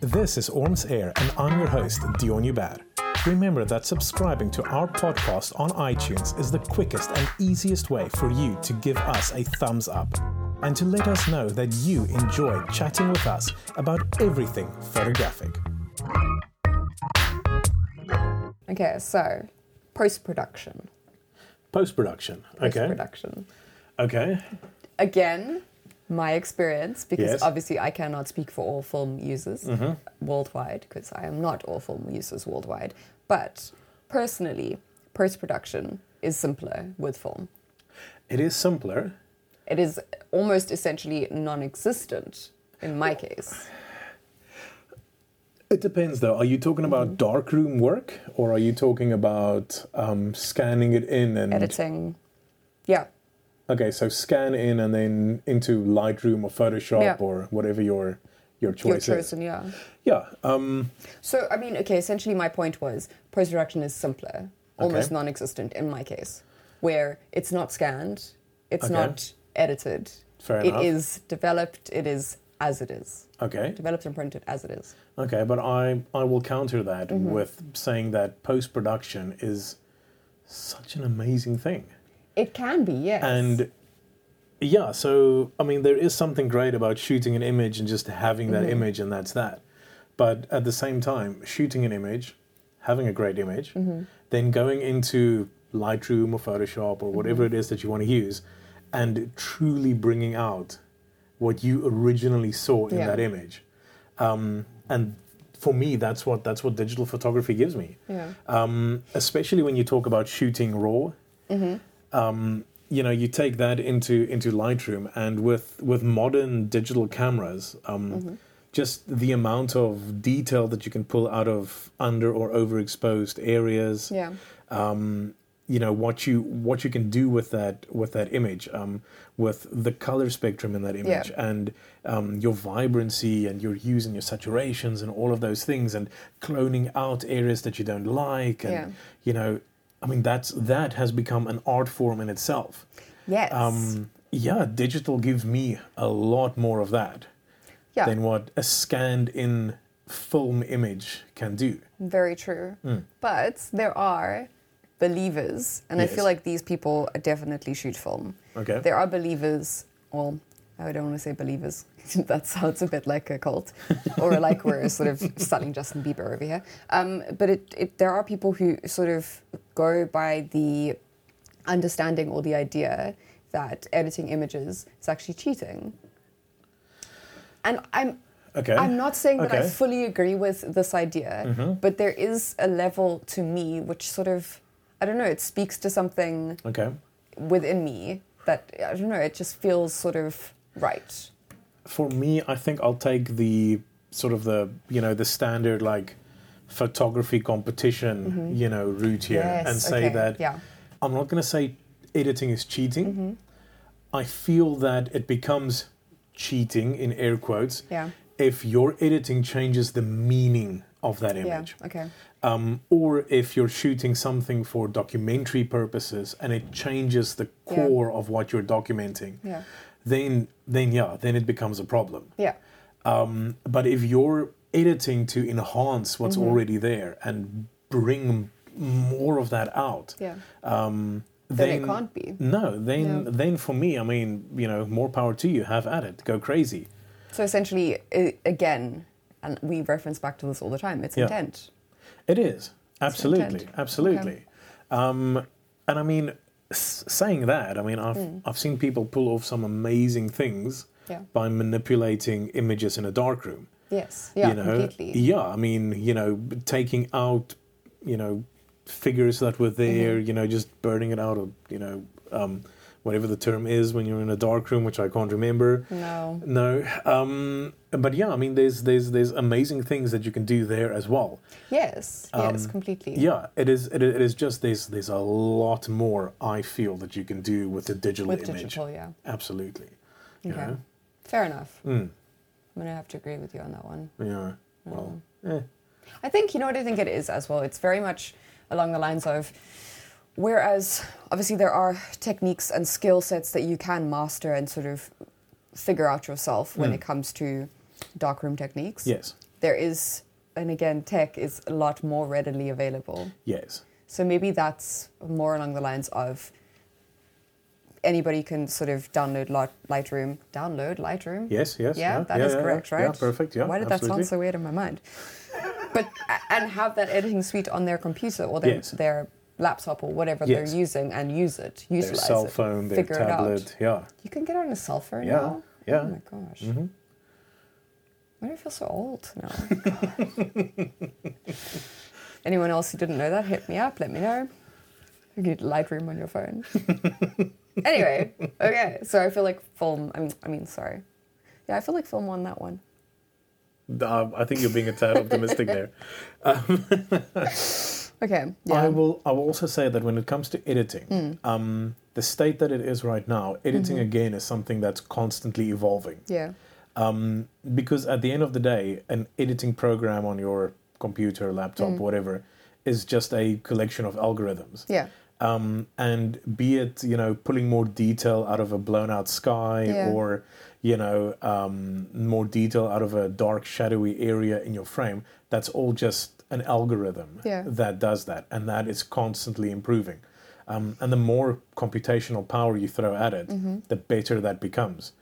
B: This is Orms Air, and I'm your host, Dion Hubert. Remember that subscribing to our podcast on iTunes is the quickest and easiest way for you to give us a thumbs up and to let us know that you enjoy chatting with us about everything photographic.
A: okay, so post production.
B: Post production.
A: Post production.
B: Okay.
A: Again, my experience, because
B: Yes.
A: obviously I cannot speak for all film users worldwide, because I am not all film users worldwide. But personally, post production is simpler with film.
B: It is simpler.
A: It is almost essentially non existent in my case.
B: It depends, though. Are you talking about darkroom work, or are you talking about um, scanning it in and
A: Editing. Yeah.
B: Okay, so scan in and then into Lightroom or Photoshop
A: Yeah.
B: or whatever your
A: Your
B: your choice
A: choice
B: is.
A: and yeah.
B: Yeah, um,
A: So, I mean, okay, essentially my point was post production is simpler, almost non existent in my case, where it's not scanned, it's
B: Okay.
A: not edited.
B: Fair enough.
A: It is developed, it is as it is.
B: okay,
A: Developed and printed as it is.
B: okay, but I I will counter that
A: Mm-hmm.
B: with saying that post production is such an amazing thing,
A: It can be, yes.
B: and yeah, so I mean there is something great about shooting an image and just having that
A: Mm-hmm.
B: image and that's that, but at the same time, shooting an image, having a great image,
A: Mm-hmm.
B: then going into Lightroom or Photoshop or whatever
A: Mm-hmm.
B: it is that you want to use, and truly bringing out what you originally saw in
A: Yeah.
B: that image. Um, and for me, that's what that's what digital photography gives me.
A: Yeah.
B: Um, especially when you talk about shooting raw. Um, you know, you take that into into Lightroom, and with with modern digital cameras, um, just the amount of detail that you can pull out of under or overexposed areas
A: yeah.
B: um, you know what you what you can do with that with that image, um, with the color spectrum in that image, and um, your vibrancy and your hues and your saturations and all of those things, and cloning out areas that you don't like, and
A: Yeah.
B: you know, I mean that's that has become an art form in itself.
A: Yes.
B: Um, yeah, digital gives me a lot more of that
A: yeah.
B: than what a scanned in film image can do.
A: Very true.
B: Hmm.
A: But there are believers, and I
B: Yes.
A: feel like these people definitely shoot film.
B: Okay.
A: There are believers, well, I don't want to say believers. *laughs* that sounds a bit like a
B: *laughs*
A: cult, or like we're sort of selling Justin Bieber over here. Um, but it, it, there are people who sort of go by the understanding or the idea that editing images is actually cheating. And I'm
B: Okay.
A: I'm not saying that I
B: Okay. Mm-hmm.
A: fully agree with this idea, but there is a level to me which sort of I don't know, it speaks to something
B: Okay.
A: within me that, I don't know, it just feels sort of right.
B: For me, I think I'll take the sort of the you know the standard like photography competition you know route here and say
A: Mm-hmm. okay,
B: that
A: Yeah. Mm-hmm.
B: I'm not going to say editing is cheating. I feel that it becomes cheating in air quotes
A: Yeah.
B: if your editing changes the meaning of that
A: Yeah.
B: image.
A: Okay.
B: um, or if you're shooting something for documentary purposes and it changes the
A: Yeah.
B: core of what you're documenting,
A: Yeah.
B: then then yeah, then it becomes a problem.
A: Yeah.
B: Um, but if you're editing to enhance what's
A: Mm-hmm.
B: already there and bring more of that out,
A: Yeah.
B: um,
A: Then it can't be.
B: No, then
A: No.
B: then for me, I mean, you know, more power to you. Have at it. Go crazy.
A: So essentially, i again, and we reference back to this all the time. It's
B: Yeah.
A: intent.
B: It is absolutely,
A: intent.
B: absolutely. Um, and I mean, s- saying that, I mean, I've I've seen people pull off some amazing things
A: Mm. Yeah.
B: by manipulating images in a darkroom.
A: Yes. Yeah.
B: you know,
A: Completely.
B: yeah. I mean, you know, b- taking out, you know, figures that were there.
A: Mm-hmm.
B: You know, just burning it out, or you know, um, whatever the term is when you're in a darkroom, which I can't remember.
A: No.
B: No, um, but yeah, I mean, there's there's there's amazing things that you can do there as well.
A: Yes. yes.
B: um,
A: Completely.
B: Yeah, it is. It, it is just there's there's a lot more I feel that you can do with the digital
A: With
B: image.
A: digital, yeah.
B: Absolutely. You
A: Okay.
B: know?
A: Fair enough.
B: Mm,
A: I'm gonna have to agree with you on that one.
B: yeah. Well.
A: Mm-hmm.
B: Eh.
A: I think you know what I think it is as well. It's very much along the lines of whereas obviously there are techniques and skill sets that you can master and sort of figure out yourself when it comes to darkroom techniques.
B: Yes.
A: There is and again tech is a lot more readily available.
B: Yes.
A: So maybe that's more along the lines of anybody can sort of download Light- Lightroom, download Lightroom.
B: Yes. Yes.
A: Yeah, that is correct, right?
B: Yeah. Perfect. Yeah.
A: Why did that
B: absolutely.
A: sound so weird in my mind? But and have that editing suite on their computer or their,
B: Yes.
A: their laptop or whatever
B: Yes.
A: they're using and use it,
B: Their
A: utilize
B: cell
A: it,
B: phone, their
A: figure it out.
B: tablet. Yeah.
A: You can get it on a cell phone
B: Yeah,
A: now.
B: yeah. Mm-hmm.
A: Oh my gosh. Why do I feel so old now? Oh
B: *laughs*
A: Anyone else who didn't know that, hit me up. Let me know. You get Lightroom on your
B: *laughs*
A: phone. anyway, okay. So I feel like film. I mean, I mean, sorry. Yeah, I feel like film won that one.
B: Um, I think you're being a tad optimistic there.
A: Okay. *laughs* Yeah. Hmm.
B: I will. I will also say that when it comes to editing, um, the state that it is right now, editing
A: Mm-hmm.
B: again is something that's constantly evolving.
A: Yeah.
B: um, because at the end of the day, an editing program on your computer, laptop,
A: Mm.
B: whatever, is just a collection of algorithms.
A: Yeah.
B: Um, and be it you know pulling more detail out of a blown out sky,
A: Yeah.
B: or you know um, more detail out of a dark shadowy area in your frame, that's all just an algorithm
A: Yeah.
B: that does that, and that is constantly improving. Um, and the more computational power you throw at it,
A: Mm-hmm.
B: the better that becomes.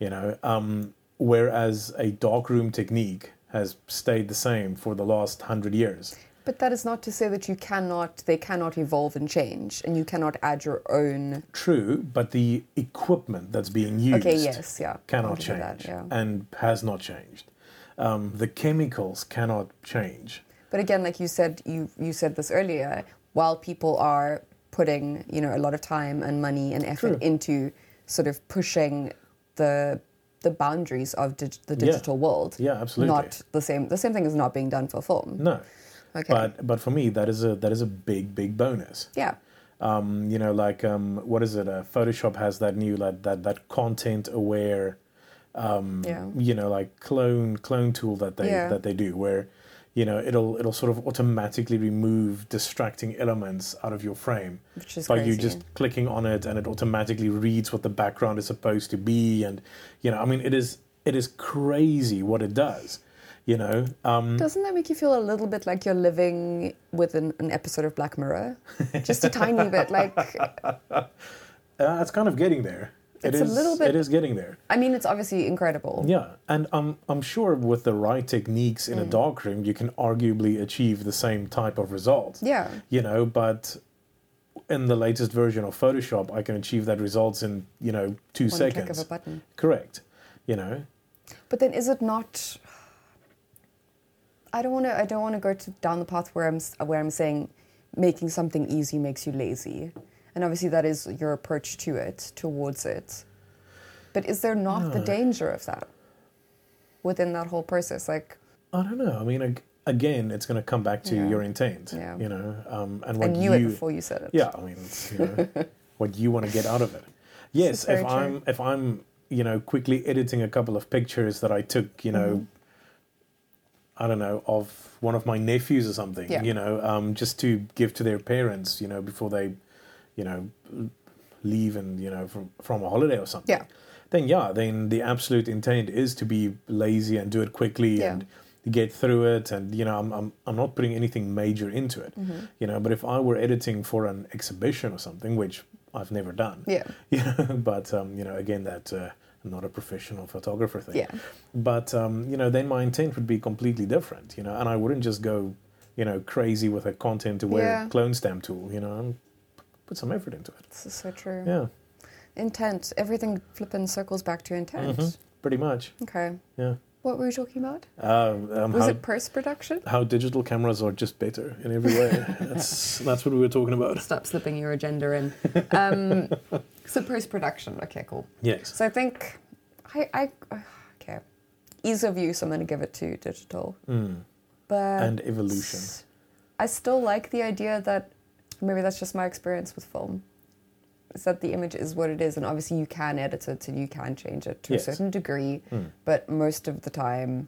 B: You know, um, whereas a darkroom technique has stayed the same for the last hundred years.
A: But that is not to say that you cannot, they cannot evolve and change, and you cannot add your own.
B: True, but the equipment that's being used
A: Okay, yes, yeah, I'll
B: cannot
A: give you that,
B: change
A: yeah.
B: and has not changed. Um, the chemicals cannot change.
A: But again, like you said, you you said this earlier. While people are putting, you know, a lot of time and money and effort
B: True.
A: into sort of pushing the the boundaries of dig- the
B: Yeah.
A: digital world.
B: Yeah, absolutely.
A: Not the same. The same thing is not being done for film.
B: No. Mm.
A: Okay.
B: But but for me that is a that is a big big bonus.
A: yeah.
B: Um, you know, like um, what is it? Uh, Photoshop has that new like that that content aware
A: Yeah.
B: you know like clone clone tool that they
A: Yeah.
B: that they do where you know it'll it'll sort of automatically remove distracting elements out of your frame
A: Which is
B: by you
A: crazy.
B: just clicking on it and it automatically reads what the background is supposed to be and you know i mean it is it is crazy what it does you know um
A: Doesn't that make you feel a little bit like you're living with an, an episode of Black Mirror? Just a tiny bit.
B: *laughs*
A: Like,
B: uh, it's kind of getting there It
A: It's a
B: is-
A: little bit-
B: it is getting there
A: I mean, it's obviously incredible.
B: Yeah, and I'm I'm sure with the right techniques
A: Mm.
B: in a darkroom, you can arguably achieve the same type of result.
A: Yeah.
B: you know, but in the latest version of Photoshop, I can achieve that results in you know two
A: One click
B: seconds.
A: of a button.
B: Correct. You know,
A: But then, is it not? I don't want to. I don't want to go to, down the path where I'm s- where I'm saying making something easy makes you lazy. And obviously, that is your approach to it, towards it. But is there not the danger of that within that whole process? Like,
B: I don't know. I mean, ag- again, it's going to come back to
A: Yeah.
B: your intent.
A: Yeah.
B: You know, um, and
A: I
B: what
A: knew
B: you
A: it before you said it.
B: Yeah, I mean, it's, you know,
A: *laughs*
B: what you want to get out of it.
A: This
B: Yes,
A: is
B: if
A: very
B: I'm if I'm you know quickly editing a couple of pictures that I took, you know,
A: Mm-hmm.
B: I don't know of one of my nephews or something,
A: Yeah.
B: you know, um, just to give to their parents, you know, before they, you know, leave and you know from from a holiday or something.
A: Yeah.
B: Then yeah, then the absolute intent is to be lazy and do it quickly
A: Yeah.
B: and get through it and you know I'm, I'm I'm not putting anything major into it
A: Mm-hmm.
B: you know but if I were editing for an exhibition or something which I've never done
A: Yeah.
B: yeah *laughs* but um, you know again that uh, I'm not a professional photographer thing
A: Yeah.
B: but um, you know then my intent would be completely different you know and I wouldn't just go you know crazy with a content aware
A: Yeah.
B: clone stamp tool you know put some effort into it
A: This is so true.
B: yeah
A: Intent. Everything flipping circles back to intent.
B: Mhm. pretty much
A: Okay.
B: yeah
A: What were we talking about?
B: um, um,
A: Was
B: how-
A: it post production?
B: how digital cameras are just better in every *laughs* way. That's that's what we were talking about.
A: Stop slipping your agenda in. Um, *laughs* so post production. Okay, cool.
B: Yes.
A: So I think I, I *sighs* okay. Ease of use. I'm going to give it to digital,
B: Mm.
A: but
B: And evolution.
A: I still like the idea that maybe that's just my experience with film. Is that the image is what it is, and obviously you can edit it and you can change it to
B: Yes.
A: a certain degree,
B: Mm.
A: but most of the time,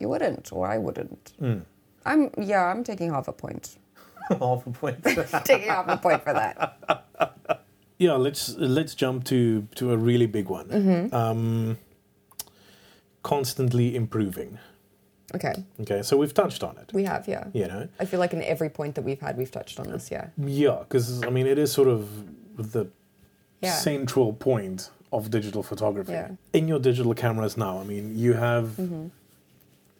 A: you wouldn't, or I wouldn't.
B: Mm.
A: I'm yeah, I'm taking half a point.
B: *laughs* Half a point.
A: taking half a point for that.
B: yeah, let's let's jump to to a really big one.
A: Mm-hmm.
B: Um, constantly improving.
A: Okay,
B: Okay, so we've touched on it.
A: we have yeah.
B: You know.
A: I feel like in every point that we've had, we've touched on this. Yeah,
B: Yeah, because I mean, it is sort of the
A: yeah.
B: central point of digital photography.
A: Yeah. Mm-hmm.
B: In your digital cameras now, I mean, you have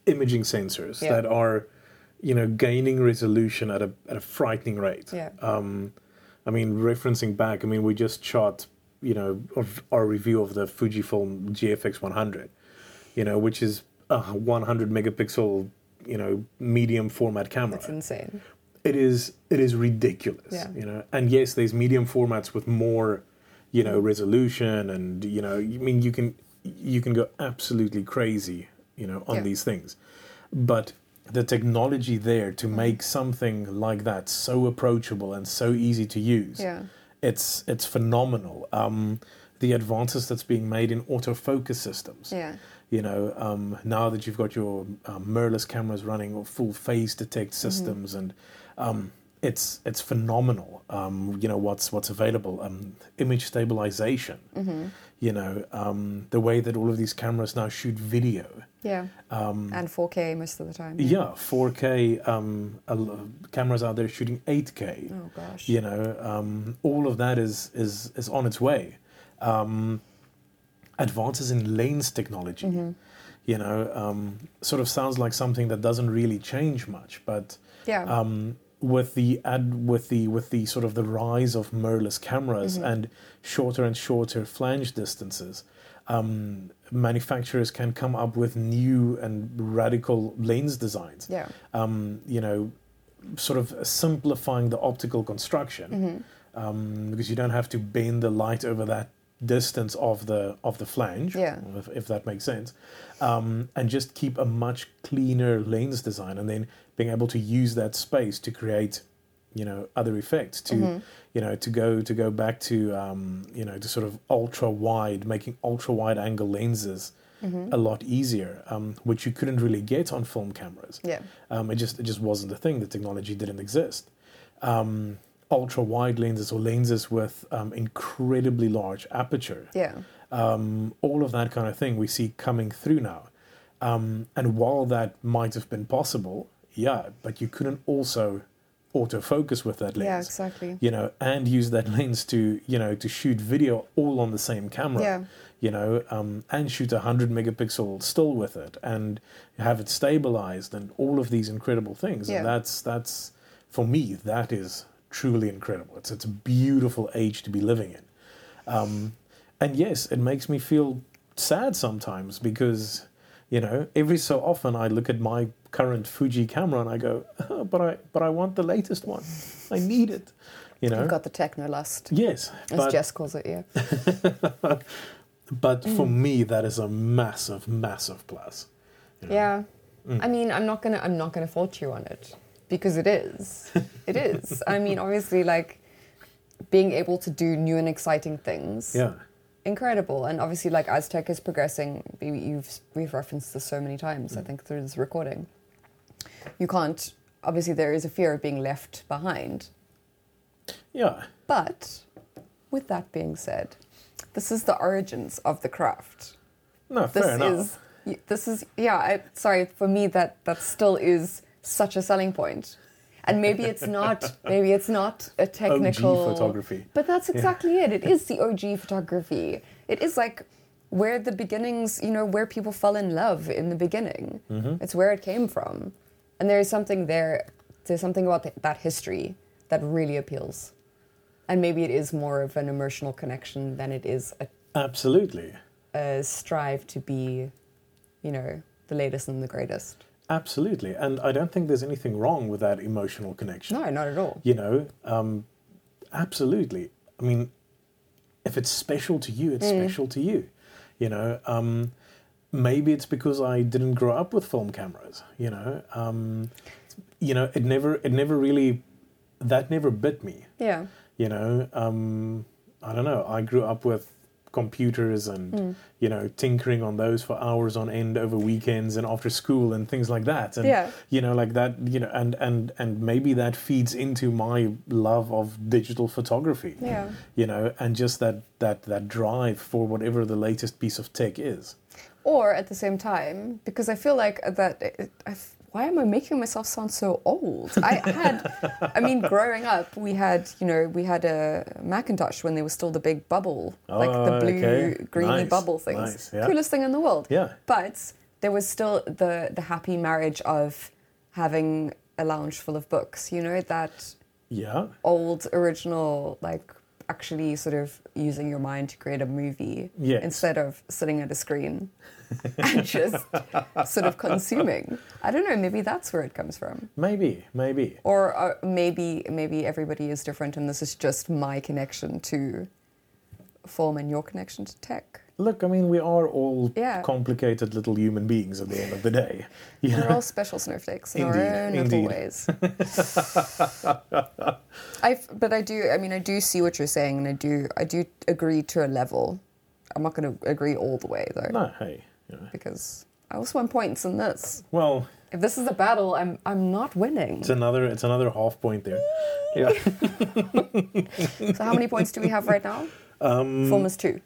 B: imaging sensors
A: Yeah.
B: that are, you know, gaining resolution at a at a frightening rate.
A: Yeah.
B: Um, I mean, referencing back, I mean, we just shot, you know, of our review of the Fujifilm GFX 100, you know, which is a 100 megapixel, you know, medium format camera
A: That's insane.
B: it is it is ridiculous
A: Yeah.
B: you know and yes there's medium formats with more you know
A: Mm-hmm.
B: resolution and you know i mean you can you can go absolutely crazy you know on
A: Yeah.
B: these things but the technology there to
A: Mm-hmm.
B: make something like that so approachable and so easy to use
A: Yeah.
B: it's it's phenomenal um the advances that's being made in autofocus systems
A: Yeah.
B: you know, um, now that you've got your um, mirrorless cameras running or full phase detect systems, and um, it's it's phenomenal. Um, you know what's what's available, um, image stabilization. You know um, the way that all of these cameras now shoot video.
A: Yeah. Um, and 4K most of the time.
B: Yeah, 4K um, a lo- cameras out there shooting 8K
A: Oh gosh.
B: you know um, all of that is is is on its way um, advances in lanes technology
A: Mm-hmm.
B: you know um, sort of sounds like something that doesn't really change much but
A: Yeah.
B: um, with the ad with the with the sort of the rise of mirrorless cameras
A: Mm-hmm.
B: and shorter and shorter flange distances um, manufacturers can come up with new and radical lens designs
A: yeah.
B: um, you know, sort of simplifying the optical
A: Mm-hmm.
B: construction um, because you don't have to bend the light over that distance of the of the flange,
A: Yeah.
B: if, if that makes sense, um, and just keep a much cleaner lens design, and then being able to use that space to create. You know other effects to, you know to go to go back to um, you know to sort of ultra wide, making ultra wide angle lenses a lot easier, um, which you couldn't really get on film cameras.
A: Yeah.
B: Um, it just it just wasn't a thing. The technology didn't exist. Um, ultra wide lenses or lenses with um, incredibly large aperture,
A: Yeah.
B: um, all of that kind of thing we see coming through now. Um, and while that might have been possible, yeah, but you couldn't also autofocus with that lens,
A: Yeah. Exactly.
B: you know, and use that lens to you know to shoot video all on the same camera
A: Yeah.
B: you know, um, and shoot a 100 megapixel still with it and have it stabilized and all of these incredible things.
A: Yeah.
B: And that's, that's, for me, that is truly incredible. It's, it's a beautiful age to be living in. Um, and yes, it makes me feel sad sometimes because, you know, every so often I look at my current Fuji camera, and I go, "Oh, but I but I want the latest one. I need it. You know.
A: You've got the techno lust,
B: yes,
A: as
B: but
A: Jess calls it. Yeah,
B: but
A: Mm.
B: for me that is a massive massive plus. you know.
A: yeah.
B: Mm.
A: I mean, I'm not gonna I'm not gonna fault you on it because it is, it is. I mean, obviously, like being able to do new and exciting things.
B: Yeah.
A: incredible. And obviously, like Aztec is progressing. we- You've we've referenced this so many times. I think through this recording, you can't. Obviously, there is a fear of being left behind.
B: Yeah.
A: But with that being said, this is the origins of the craft.
B: No,
A: This
B: fair enough.
A: is y- this is yeah. I, sorry for me that that still is such a selling point. And maybe
B: *laughs*
A: it's not. Maybe it's not a technical
B: photography.
A: But that's exactly it. It is the OG photography. It is like where the beginnings, you know, where people fell in love in the beginning.
B: Mm-hmm.
A: It's where it came from. And there's something there, there's something about th- that history that really appeals. And maybe it is more of an emotional connection than it is a,
B: Absolutely.
A: a uh, strive to be, you know, the latest and the greatest.
B: Absolutely. And I don't think there's anything wrong with that emotional connection.
A: No, not at all.
B: You know, um, absolutely. I mean, if it's special to you,
A: Mm.
B: it's special to you. You know, um, maybe it's because I didn't grow up with film cameras. You know, um, you know, it never, it never really, that never bit me.
A: Yeah.
B: you know um, i don't know i grew up with computers and
A: Hmm.
B: you know tinkering on those for hours on end over weekends and after school and things like that and
A: Yeah.
B: you know like that you know and and and maybe that feeds into my love of digital photography
A: Yeah.
B: you know and just that that that drive for whatever the latest piece of tech is
A: or at the same time because i feel like that it, I f- why am i making myself sound so old i had i
B: *laughs*
A: mean growing up we had you know we had a macintosh when there was still the big bubble like
B: Oh,
A: the blue
B: okay.
A: greeny
B: Nice,
A: bubble things
B: nice, yeah.
A: coolest thing in the world
B: Yeah.
A: but there was still the the happy marriage of having a lounge full of books you know that
B: yeah
A: old original like actually sort of using your mind to create a movie
B: Yes.
A: instead of sitting at a screen *laughs* and just sort of consuming i don't know maybe that's where it comes from
B: maybe maybe
A: or uh, maybe maybe everybody is different and this is just my connection to film and your connection to tech
B: look i mean we are all
A: Yeah.
B: complicated little human beings at the end of the day *laughs* you
A: We're all special snowflakes in
B: Indeed,
A: our own little
B: indeed. *laughs*
A: ways. I, but I do. I mean, I do see what you're saying, and I do. I do agree to a level. I'm not going to agree all the way though,
B: no hey you know.
A: because I also want points in this.
B: well
A: If this is a battle, I'm I'm not winning.
B: *laughs* It's another. It's another half point there.
A: *laughs*
B: Yeah.
A: So how many points do we have right now? Um, Film is two.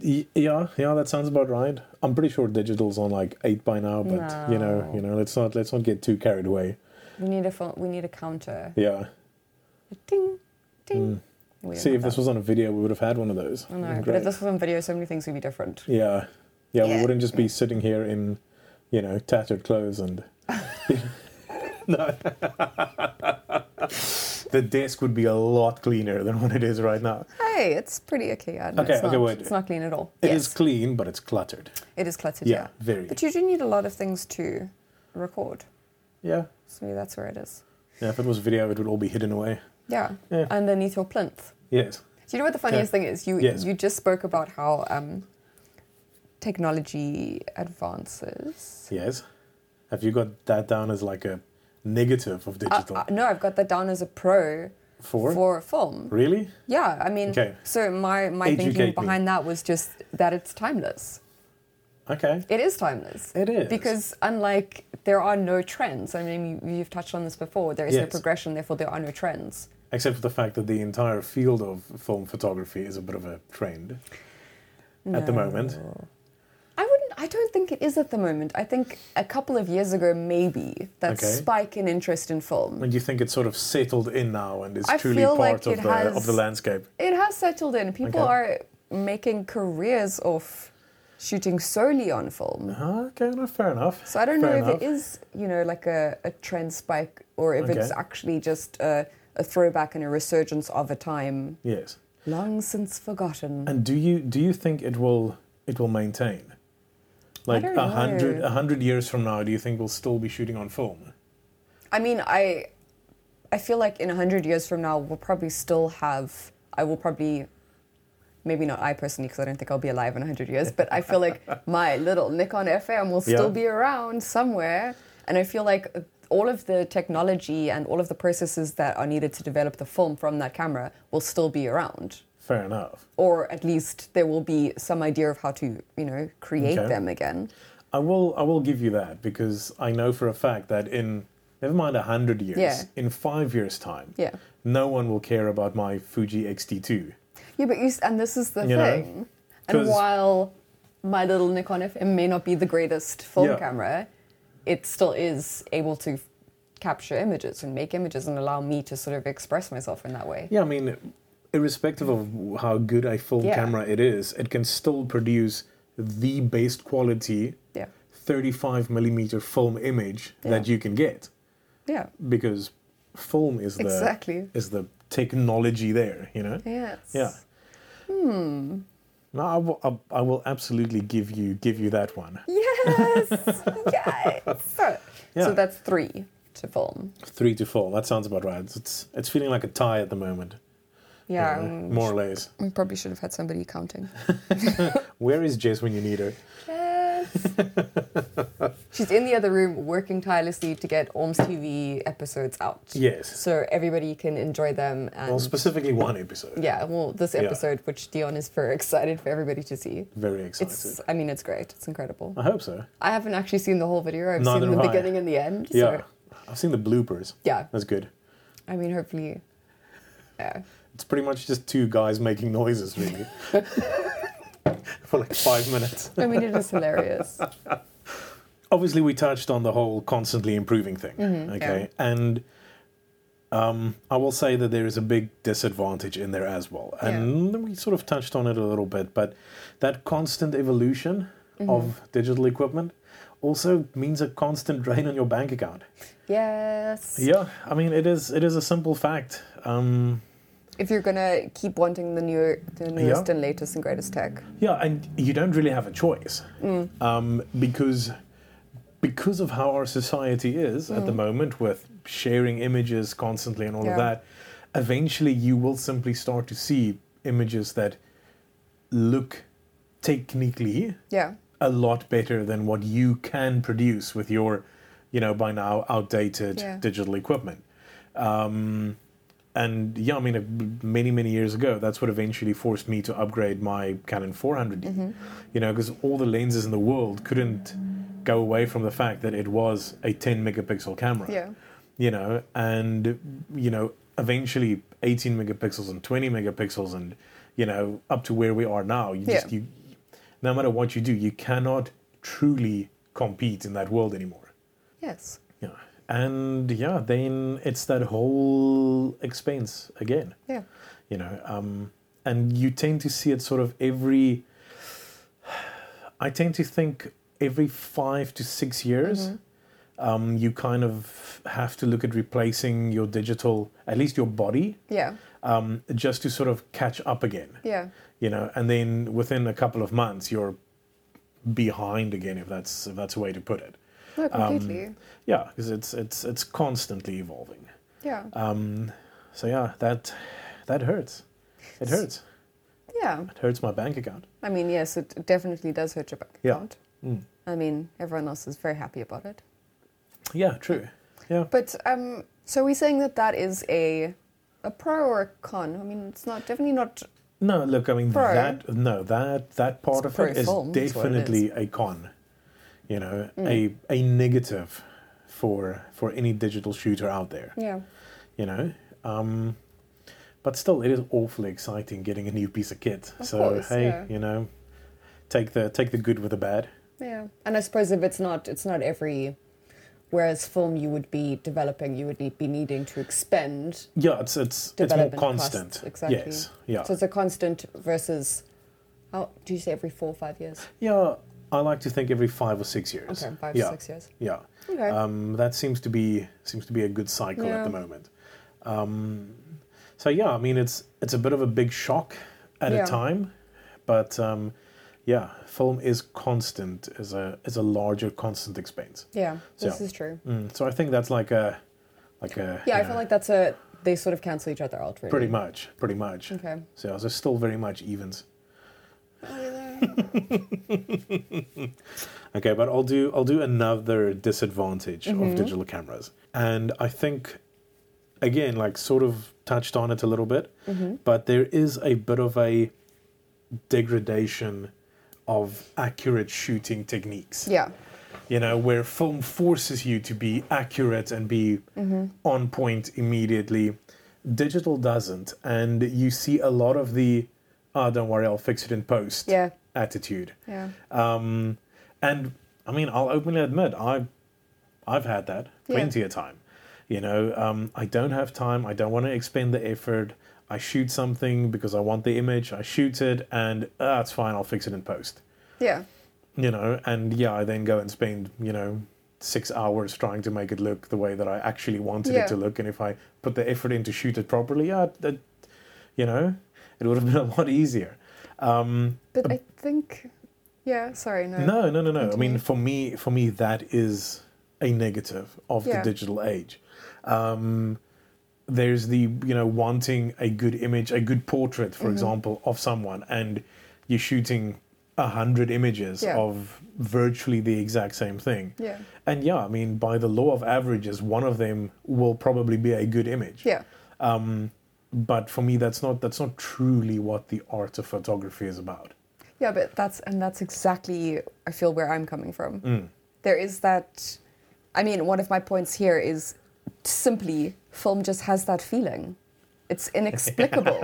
B: Y- yeah. Yeah. That sounds about right. I'm pretty sure digital's on like eight by now, but you know, you know, let's not let's not get too carried away.
A: We need a fil- we need a counter.
B: Yeah.
A: Ding, ding. We don't
B: Hmm. See,
A: have
B: if this
A: that.
B: was on a video, we would have had one of those.
A: I know, but
B: Great.
A: if this was on video, so many things would be different.
B: yeah. yeah.
A: Yeah.
B: We wouldn't just be sitting here in, you know, tattered clothes
A: *laughs*
B: and. no. the desk would be a lot cleaner than what it is right now.
A: Hey, it's pretty okay. Yeah, no,
B: Okay,
A: it's
B: okay,
A: not,
B: wait.
A: It's not clean at all.
B: It is
A: yes.
B: clean, but it's cluttered.
A: It is cluttered,
B: Yeah,
A: yeah.
B: very.
A: But you do need a lot of things to record.
B: Yeah.
A: So maybe that's where it is.
B: Yeah. If it was video, it would all be hidden away.
A: Yeah.
B: Yeah.
A: Underneath your plinth.
B: Yes.
A: Do you know what the funniest thing is? You
B: Yes.
A: you just spoke about how um, technology advances.
B: Yes. Have you got that down as like a negative of
A: Uh,
B: digital?
A: uh, no, I've got that down as a pro
B: For?
A: for film.
B: really?
A: Yeah, I mean,
B: Okay.
A: so my, my
B: Educate me.
A: thinking behind that was just that it's timeless.
B: Okay.
A: It is timeless.
B: It is.
A: Because unlike, there are no trends. I mean, you, you've touched on this before. There is no
B: Yes.
A: progression, therefore there are no trends.
B: Except for the fact that the entire field of film photography is a bit of a trend at the moment.
A: I wouldn't. I don't think it is at the moment. I think a couple of years ago, maybe that
B: Okay.
A: spike in interest in film.
B: And you think it's sort of settled in now and is
A: I
B: truly
A: feel
B: part
A: like
B: of,
A: it
B: the, of
A: has-
B: the landscape.
A: It has settled in. People
B: Okay.
A: are making careers off shooting solely on film.
B: Ah, Okay, no, fair enough.
A: So I don't
B: Fair
A: know if it
B: enough.
A: is, you know, like a, a trend spike or if it's
B: Okay.
A: actually just a, a throwback and a resurgence of a time
B: Yes.
A: long since forgotten.
B: And do you do you think it will it will maintain? Like
A: don't
B: a hundred,
A: know.
B: a hundred years from now, do you think we'll still be shooting on film?
A: I mean, I I feel like in 100 years from now, we'll probably still have, I will probably, maybe not I personally, because I don't think I'll be alive in 100 years, but I feel
B: *laughs*
A: like my little Nikon FM will still
B: Yeah.
A: be around somewhere. And I feel like all of the technology and all of the processes that are needed to develop the film from that camera will still be around.
B: Fair enough.
A: Or at least there will be some idea of how to, you know, create
B: Okay.
A: them again.
B: I will I will give you that because I know for a fact that in never mind a hundred years,
A: Yeah.
B: in five years' time,
A: Yeah.
B: no one will care about my Fuji XT2.
A: Yeah, but you, s- and this is the
B: You know,
A: thing. and
B: 'cause-
A: while my little Nikon FM may not be the greatest film
B: Yeah.
A: camera, it still is able to f- capture images and make images and allow me to sort of express myself in that way.
B: Yeah, I mean, irrespective of how good a film
A: Yeah.
B: camera it is, it can still produce the best quality
A: Yeah.
B: 35 millimeter film image that
A: Yeah.
B: you can get
A: Yeah.
B: because film is the
A: Exactly.
B: is the technology there, you know.
A: Yes.
B: Yeah.
A: Hmm.
B: No, I will, I, I will absolutely give you give you that one. *laughs*
A: Yes. yes.
B: Yeah.
A: So that's three to film.
B: Three to four. That sounds about right. It's it's feeling like a tie at the moment. you
A: Yeah.
B: know,
A: um,
B: more or less.
A: We probably should have had somebody
B: *laughs*
A: counting.
B: Where is Jess when you need her?
A: Yes. She's in the other room working tirelessly to get Orms TV episodes out.
B: Yes.
A: So everybody can enjoy them. And
B: Well, specifically one episode.
A: yeah, well, this
B: Yeah.
A: episode, which Dion is very excited for *laughs* everybody to see.
B: Very excited.
A: It's, I mean, it's great. It's incredible.
B: I hope so.
A: I haven't actually seen the whole video. I've seen
B: Neither
A: the
B: have I.
A: beginning and the end.
B: Yeah.
A: So,
B: I've seen the bloopers.
A: yeah.
B: That's good.
A: I mean, hopefully. Yeah.
B: It's pretty much just two guys making noises,
A: *laughs*
B: really. *laughs* For like five minutes.
A: I mean, it is
B: *laughs*
A: hilarious.
B: obviously we touched on the whole constantly improving thing okay and um, i will say that there is a big disadvantage in there as well and we sort of touched on it a little bit but that constant evolution of digital equipment also means a constant drain on your bank account
A: Yes.
B: yeah i mean it is it is a simple fact um,
A: If you're gonna keep wanting the new, the newest and latest and greatest tech.
B: Yeah, and you don't really have a choice um, because because of how our society is at the moment, with sharing images constantly and all of
A: Yeah.
B: that. Eventually, you will simply start to see images that look technically
A: Yeah.
B: a lot better than what you can produce with your, you know, by now outdated
A: Yeah.
B: digital equipment. Um, and yeah, I mean, uh, many many years ago, that's what eventually forced me to upgrade my Canon 400D. You know, because all the lenses in the world couldn't go away from the fact that it was a 10 megapixel camera
A: Yeah.
B: you know, and you know, eventually 18 megapixels and 20 megapixels, and you know, up to where we are now. You just
A: Yeah.
B: you, no matter what you do, you cannot truly compete in that world anymore.
A: Yes.
B: Yeah, and yeah, then it's that whole expense again.
A: Yeah.
B: You know, um, and you tend to see it sort of every. I tend to think every five to six years um, you kind of have to look at replacing your digital, at least your body,
A: Yeah.
B: um, just to sort of catch up again.
A: Yeah.
B: You know, and then within a couple of months you're behind again, if that's if that's a way to put it.
A: No, completely.
B: Yeah, because it's it's it's constantly evolving.
A: yeah.
B: Um, so yeah, that that hurts. It hurts.
A: yeah.
B: It hurts my bank account.
A: I mean, yes, it definitely does hurt your bank
B: Yeah. Mm.
A: account. I mean, everyone else is very happy about it.
B: Yeah, true. Yeah.
A: But um, so we're saying that that is a a pro or a con. I mean, it's not definitely not.
B: No, look, I mean
A: Pro.
B: that no, that that part
A: It's
B: of it
A: pro
B: is
A: film, that's what it Mm.
B: definitely a con. You know, a a negative for for any digital shooter out there.
A: Yeah.
B: You know? Um but still it is awfully exciting getting a new piece of kit.
A: Of
B: so
A: course,
B: hey,
A: yeah.
B: you know, take the take the good with the bad.
A: Yeah. And I suppose if it's not, it's not every. Whereas film, you would be developing, you would need, be needing to expend
B: Yeah, it's it's it's more
A: development costs,
B: constant.
A: exactly.
B: Yes. Yeah.
A: So it's a constant versus. How do you say every four or five years?
B: yeah, I like to think every 5 or 6 years.
A: Okay, five
B: yeah.
A: six years.
B: Yeah.
A: Okay.
B: Um, that seems to be seems to be a good cycle at
A: Yeah.
B: the moment. Um, so yeah, I mean it's it's a bit of a big shock at
A: Yeah.
B: a time, but um, yeah, film is constant is a is a larger constant expense.
A: Yeah, this
B: So-
A: is true.
B: Mm, so I think that's like a like a
C: Yeah, I feel like that's a they sort of cancel each other out. Really.
B: pretty much pretty much.
A: Okay.
B: So it's still very much *laughs* evens. Okay, but I'll do I'll do another disadvantage of digital cameras, and I think again like sort of touched on it a little bit, but there is a bit of a degradation of accurate shooting techniques.
A: Yeah.
B: You know, where film forces you to be accurate and be
A: Mm-hmm.
B: on point immediately. Digital doesn't, and you see a lot of the "ah, don't worry, I'll fix it in post"
A: Yeah.
B: attitude.
A: Yeah.
B: Um, and I mean, I'll openly admit, I, I've had that
A: Yeah.
B: plenty of time. You know, um, I don't have time. I don't want to expend the effort. I shoot something because I want the image. I shoot it, and ah, it's fine. I'll fix it in post.
A: Yeah.
B: You know, and yeah, I then go and spend you know six hours trying to make it look the way that I actually wanted
A: Yeah.
B: it to look. And if I put the effort in to shoot it properly, yeah, that, you know, it would have been a lot easier. Um,
A: But I think, yeah, sorry, no.
B: no, no, no, no. I mean,
A: Continue.
B: for me, for me, that is a negative of
A: Yeah.
B: the digital age. Um, there's the you know wanting a good image, a good portrait,
A: Mm-hmm.
B: for example, of someone, and you're shooting a hundred images
A: Yeah.
B: of virtually the exact same thing.
A: Yeah.
B: And yeah, I mean, by the law of averages, one of them will probably be a good image.
A: Yeah.
B: Um, but for me, that's not that's not truly what the art of photography is about.
A: Yeah, but that's, and that's exactly, I feel, where I'm coming from.
B: Mm.
A: There is that, I mean, one of my points here is simply film just has that feeling. It's
B: *laughs*
A: inexplicable,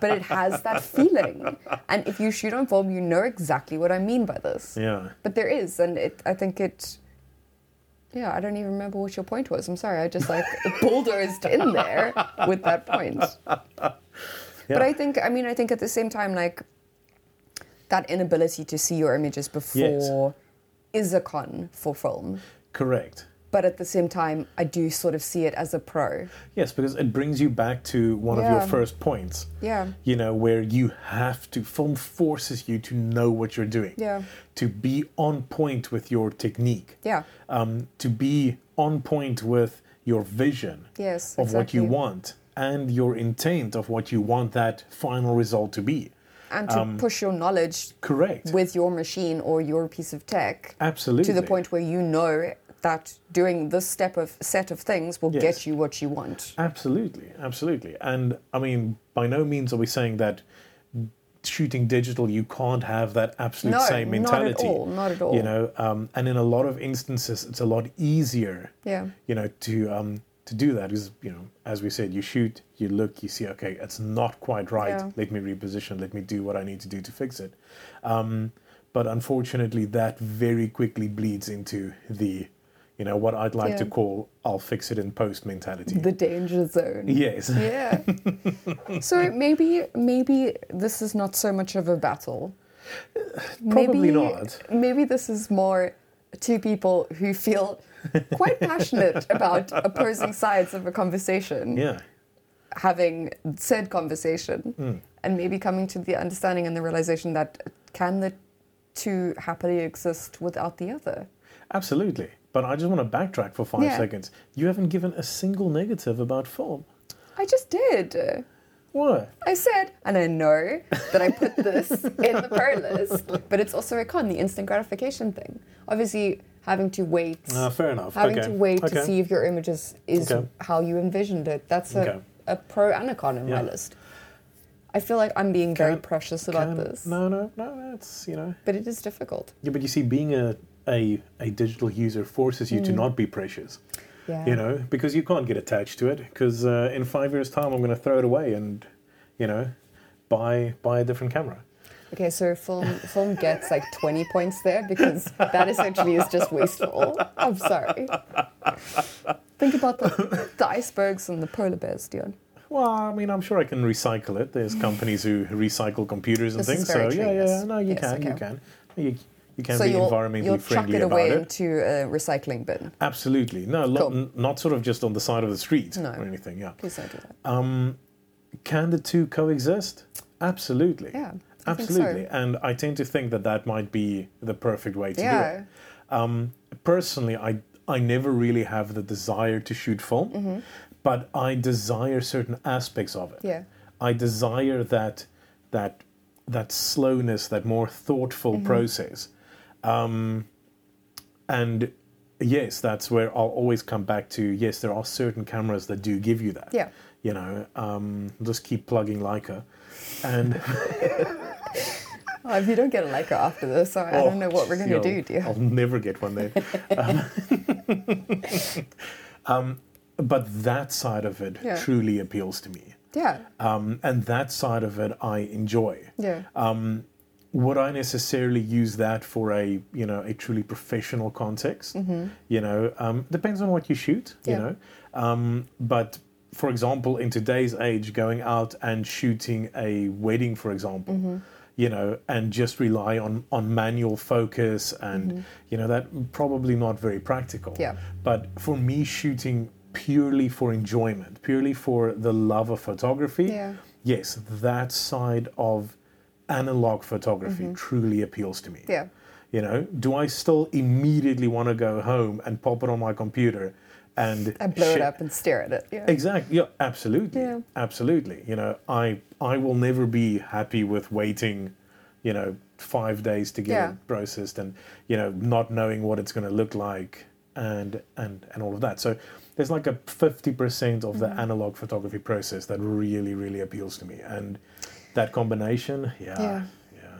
A: but it has that feeling. And if you shoot on film, you know exactly what I mean by this.
B: Yeah.
A: But there is, and it, I think it. Yeah, I don't even remember what your point was. I'm sorry. I just like bulldozed in there with that point. But I think, I mean, I think at the same time, like that inability to see your images before is a con for film.
B: Correct.
A: But at the same time, I do sort of see it as a pro.
B: Yes, because it brings you back to one of
A: Yeah.
B: your first points.
A: Yeah.
B: You know, where you have to, film forces you to know what you're doing.
A: Yeah.
B: To be on point with your technique.
A: Yeah.
B: Um, to be on point with your vision
A: Yes,
B: of what you
A: exactly.
B: want and your intent of what you want that final result to be.
A: And to push your knowledge
B: Correct.
A: with your machine or your piece of tech. to
B: Absolutely.
A: the point where you know that doing this step of set of things will get
B: Yes.
A: you what you want.
B: Absolutely, absolutely. And I mean, by no means are we saying that shooting digital you can't have that absolute
A: No,
B: same
A: not at
B: mentality.
A: all, not at all.
B: You know, um, and in a lot of instances, it's a lot easier.
A: Yeah.
B: You know, to um, to do that because you know, as we said, you shoot, you look, you see, okay, it's not quite right.
A: Yeah.
B: Let me reposition. Let me do what I need to do to fix it. Um, but unfortunately, that very quickly bleeds into the, you know, what I'd like
A: Yeah.
B: to call "I'll fix it in post" mentality.
A: The danger zone.
B: Yes.
A: Yeah. so maybe maybe this is not so much of a battle.
B: Probably
A: maybe,
B: not.
A: Maybe this is more two people who feel quite passionate about opposing sides of a conversation
B: Yeah.
A: having said conversation
B: Hmm.
A: and maybe coming to the understanding and the realization that can the two happily exist without the other
B: Absolutely. But I just want to backtrack for five
A: Yeah.
B: seconds. You haven't given a single negative about film.
A: i just did
B: What?
A: i said and i know that i put
B: *laughs*
A: this in the pro list but it's also a con the instant gratification thing obviously having to wait
B: Ah, fair enough.
C: Having
B: okay.
C: to wait
B: okay.
C: to see if your image is, is
B: Okay.
C: how you envisioned it. That's a,
B: Okay.
C: a pro and a con in my
B: Yeah.
C: list. I feel like I'm being very
B: Can-
C: precious about
B: Can-
C: this,
B: No, no, no. That's you know.
C: but it is difficult.
B: Yeah, but you see, being a a, a digital user forces you to not be precious.
C: Yeah.
B: You know, because you can't get attached to it. Because uh, in five years' time, I'm going to throw it away and, you know, buy buy a different camera.
C: Okay, so film film gets like 20 points there because that essentially is just wasteful. I'm sorry.
A: think about the, the icebergs and the polar bears dion
B: Well, I mean, I'm sure I can recycle it.
A: *laughs*
B: There's companies who recycle computers and
A: This is
B: things.
A: very
B: So
A: true,
B: yeah, yeah,
A: yes.
B: yeah. No, you
A: Yes,
B: can, you
A: okay.
B: can. You, you can
A: so
B: be
A: you'll,
B: environmentally
A: you'll chuck
B: friendly
A: it
B: about
A: away
B: it.
A: into a recycling bin
B: Absolutely. No, lo-
A: Cool.
B: n- not sort of just on the side of the street
A: No.
B: or anything. Yeah.
A: please don't do that
B: Um, can the two coexist? Absolutely.
A: Yeah. I think so.
B: Absolutely. And I tend to think that that might be the perfect way to do
A: Yeah.
B: it. Um, personally, I, I never really have the desire to shoot film,
A: Mm-hmm.
B: but I desire certain aspects of it.
A: Yeah.
B: I desire that, that, that slowness, that more thoughtful
A: Mm-hmm.
B: process. Um, and yes, that's where I'll always come back to yes, there are certain cameras that do give you that.
A: Yeah.
B: You know, um, just keep plugging Leica. And.
A: Oh, if you don't get a Leica after this, so *laughs* I don't know what we're going to
B: Oh, Yo,
A: do, dear.
B: I'll never get one then. *laughs* um, um, but that side of it
A: Yeah.
B: truly appeals to me.
A: Yeah,
B: Um, and that side of it I enjoy.
A: yeah,
B: Would I necessarily use that for a you know a truly professional context? You know, um, depends on what you shoot. You
A: Mm-hmm. Yeah.
B: know, um, but for example, in today's age, going out and shooting a wedding, for example,
A: Mm-hmm.
B: you know, and just rely on on manual focus and you know that probably not very practical.
A: Mm-hmm. Yeah.
B: But for me, shooting purely for enjoyment, purely for the love of photography
A: Yeah.
B: yes, that side of analog photography truly appeals to me.
A: Mm-hmm. yeah,
B: You know, do I still immediately want to go home and pop it on my computer and
A: and blow
B: shit-
A: it up and stare at it. Yeah,
B: Exactly. Yeah, absolutely.
A: Yeah.
B: Absolutely. You know, I I will never be happy with waiting, you know, 5 days to get
A: Yeah.
B: it processed and, you know, not knowing what it's going to look like and and and all of that. So there's like a 50% of
A: Mm-hmm.
B: the analog photography process that really really appeals to me and that combination, yeah. Yeah.
A: Yeah.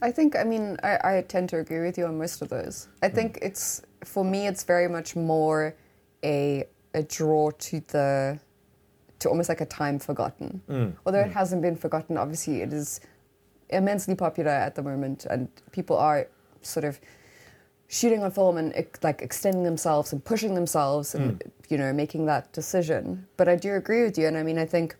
A: I think. I mean, I, I tend to agree with you on most of those. I think it's for me, it's very much more a a draw to the to almost like a time forgotten.
B: Mm,
A: Although it hasn't been forgotten, obviously it is immensely popular at the moment, and people are sort of shooting on film and ex- like extending themselves and pushing themselves and
B: Mm.
A: you know making that decision. But I do agree with you, and I mean I think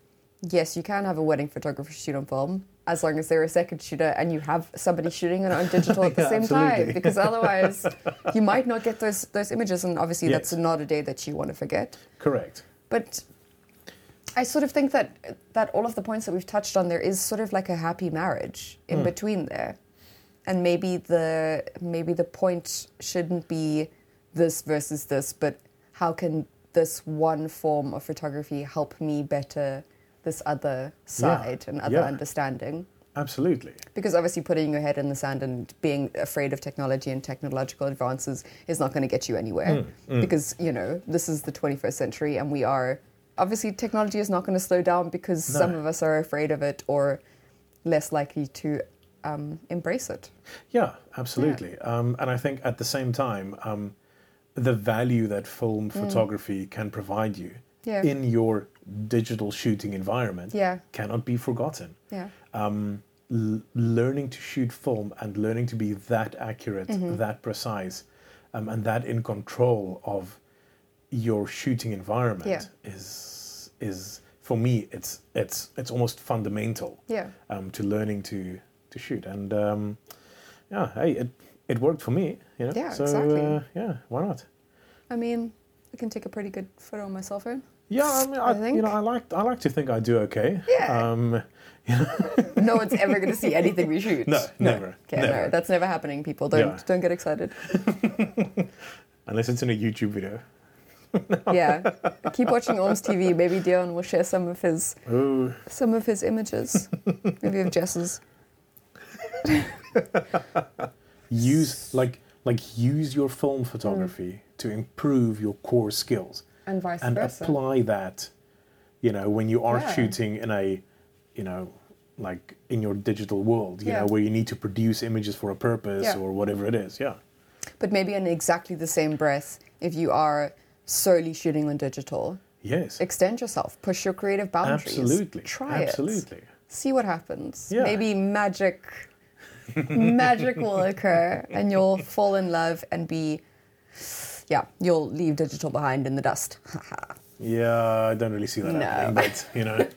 A: yes, you can have a wedding photographer shoot on film as long as they're a second shooter and you have somebody shooting it on digital at the
B: *laughs* Yeah,
A: same
B: absolutely.
A: time because otherwise you might not get those those images and obviously
B: Yes.
A: that's not a day that you want to forget.
B: Correct.
A: But I sort of think that that all of the points that we've touched on there is sort of like a happy marriage in between there, and maybe the maybe the point shouldn't be this versus this, but how can this one form of photography help me better this other side and other
B: yeah.
A: understanding?
B: Absolutely.
A: Because obviously, putting your head in the sand and being afraid of technology and technological advances is not going to get you anywhere.
B: Mm,
A: Because, you know, this is the 21st century and we are. Obviously, technology is not going to slow down because
B: No.
A: some of us are afraid of it or less likely to um, embrace it.
B: Yeah, absolutely. Um, and I think at the same time, um, the value that film
A: Mm.
B: photography can provide you
A: Yeah.
B: in your digital shooting environment
A: Yeah.
B: cannot be forgotten.
A: Yeah.
B: Um, l- learning to shoot film and learning to be that accurate,
A: Mm-hmm.
B: that precise, um, and that in control of your shooting environment is is for me it's it's it's almost fundamental
A: Yeah.
B: um, to learning to to shoot. And um, yeah, hey, it it worked for me, you know.
A: Yeah,
B: so,
A: exactly.
B: Uh, yeah, why not?
A: I mean, I can take a pretty good photo on my cell phone.
B: Yeah, I mean, I,
A: I think-
B: you know, I like I like to think I do okay.
A: Yeah.
B: Um,
A: No one's ever going to see anything we shoot.
B: *laughs* No, never,
A: Okay,
B: never.
A: no, that's never happening, people. Don't,
B: Yeah.
A: don't get excited.
B: unless it's in a YouTube video.
A: yeah. Keep watching Orms TV. Maybe Dion will share some of his
B: Ooh,
A: some of his images, maybe of Jess's.
B: use like like use your
A: Hmm.
B: film photography to improve your core skills
C: And vice
B: and
C: versa.
B: apply that. You know, when you are
C: Yeah.
B: shooting in a, you know, like in your digital world, you
A: Yeah.
B: know, where you need to produce images for a purpose
A: Yeah.
B: or whatever it is. Yeah.
A: But maybe in exactly the same breath, if you are solely shooting on digital,
B: Yes.
A: extend yourself, push your creative boundaries.
B: Absolutely.
A: Try it.
B: Absolutely.
A: See what happens.
B: Yeah.
A: Maybe magic magic will occur and you'll fall in love and be yeah, you'll leave digital behind in the dust. *laughs*
B: Yeah, I don't really see that
A: No.
B: happening, but you
A: *laughs*
B: know,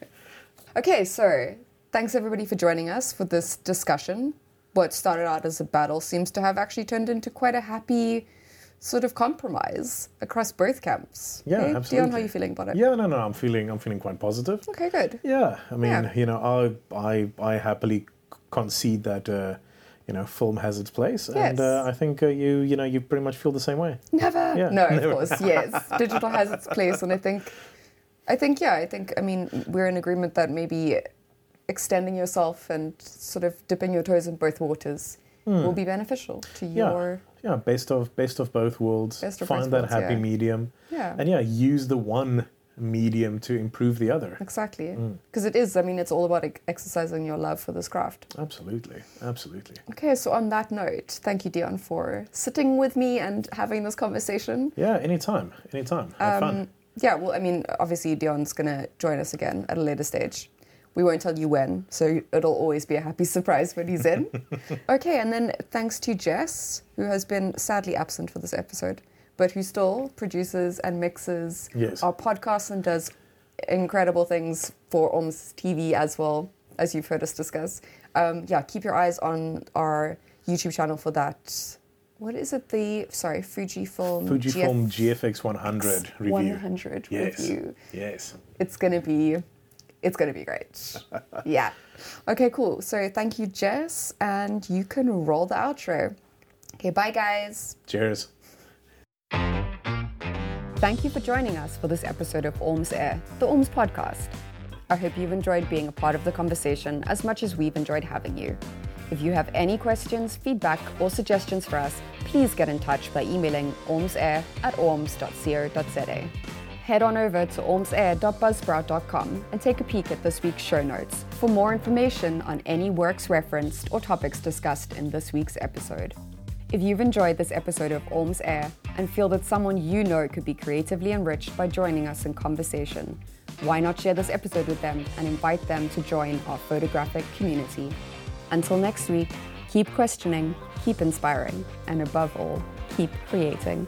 A: Okay, so thanks everybody for joining us for this discussion. What started out as a battle seems to have actually turned into quite a happy sort of compromise across both camps.
B: yeah,
A: Hey,
B: absolutely.
A: Dion, how are you feeling about it?
B: Yeah, no, no, I'm feeling, I'm feeling quite positive.
A: Okay, good.
B: Yeah, I mean,
A: Yeah.
B: you know, I, I, I happily c- concede that uh, you know film has its place,
A: Yes.
B: and uh, I think uh, you you know you pretty much feel the same way.
A: Never.
B: Yeah.
A: No,
B: Never.
A: of course,
B: *laughs*
A: yes. Digital has its place, and I think, I think, yeah, I think. I mean, we're in agreement that maybe extending yourself and sort of dipping your toes in both waters will be beneficial to
B: Hmm. Yeah.
A: your.
B: Yeah, based off best of both worlds,
A: Best of
B: find
A: both
B: that
A: worlds,
B: happy
A: yeah.
B: medium,
A: Yeah.
B: and yeah, use the one medium to improve the other.
A: Exactly, because it is. I mean, it's all about ex- exercising your love for this craft.
B: Absolutely, absolutely.
A: Okay, so on that note, thank you, Dion, for sitting with me and having this conversation.
B: Yeah, anytime, anytime. Have
A: Um,
B: fun.
A: Yeah, well, I mean, obviously, Dion's gonna join us again at a later stage. We won't tell you when, so it'll always be a happy *laughs* surprise when he's
B: *laughs*
A: in. okay, and then thanks to Jess, who has been sadly absent for this episode, but who still produces and mixes
B: Yes.
A: our podcast and does incredible things for Orms TV as well, as you've heard us discuss. Um, yeah, keep your eyes on our YouTube channel for that. What is it? The sorry, Fujifilm.
B: Fujifilm
A: GF
B: GFX 100 review.
A: 100
B: Yes.
A: review.
B: Yes.
A: It's gonna be, it's gonna be
B: *laughs*
A: great. yeah. Okay, cool. So thank you, Jess, and you can roll the outro. Okay, bye, guys.
B: Cheers.
C: Thank you for joining us for this episode of Orms Air, the Orms podcast. I hope you've enjoyed being a part of the conversation as much as we've enjoyed having you. If you have any questions, feedback, or suggestions for us, please get in touch by emailing ormsair at orms.co.za. Head on over to ormsair.buzzsprout.com and take a peek at this week's show notes for more information on any works referenced or topics discussed in this week's episode. If you've enjoyed this episode of Orms Air and feel that someone you know could be creatively enriched by joining us in conversation, why not share this episode with them and invite them to join our photographic community? Until next week, keep questioning, keep inspiring, and above all, keep creating.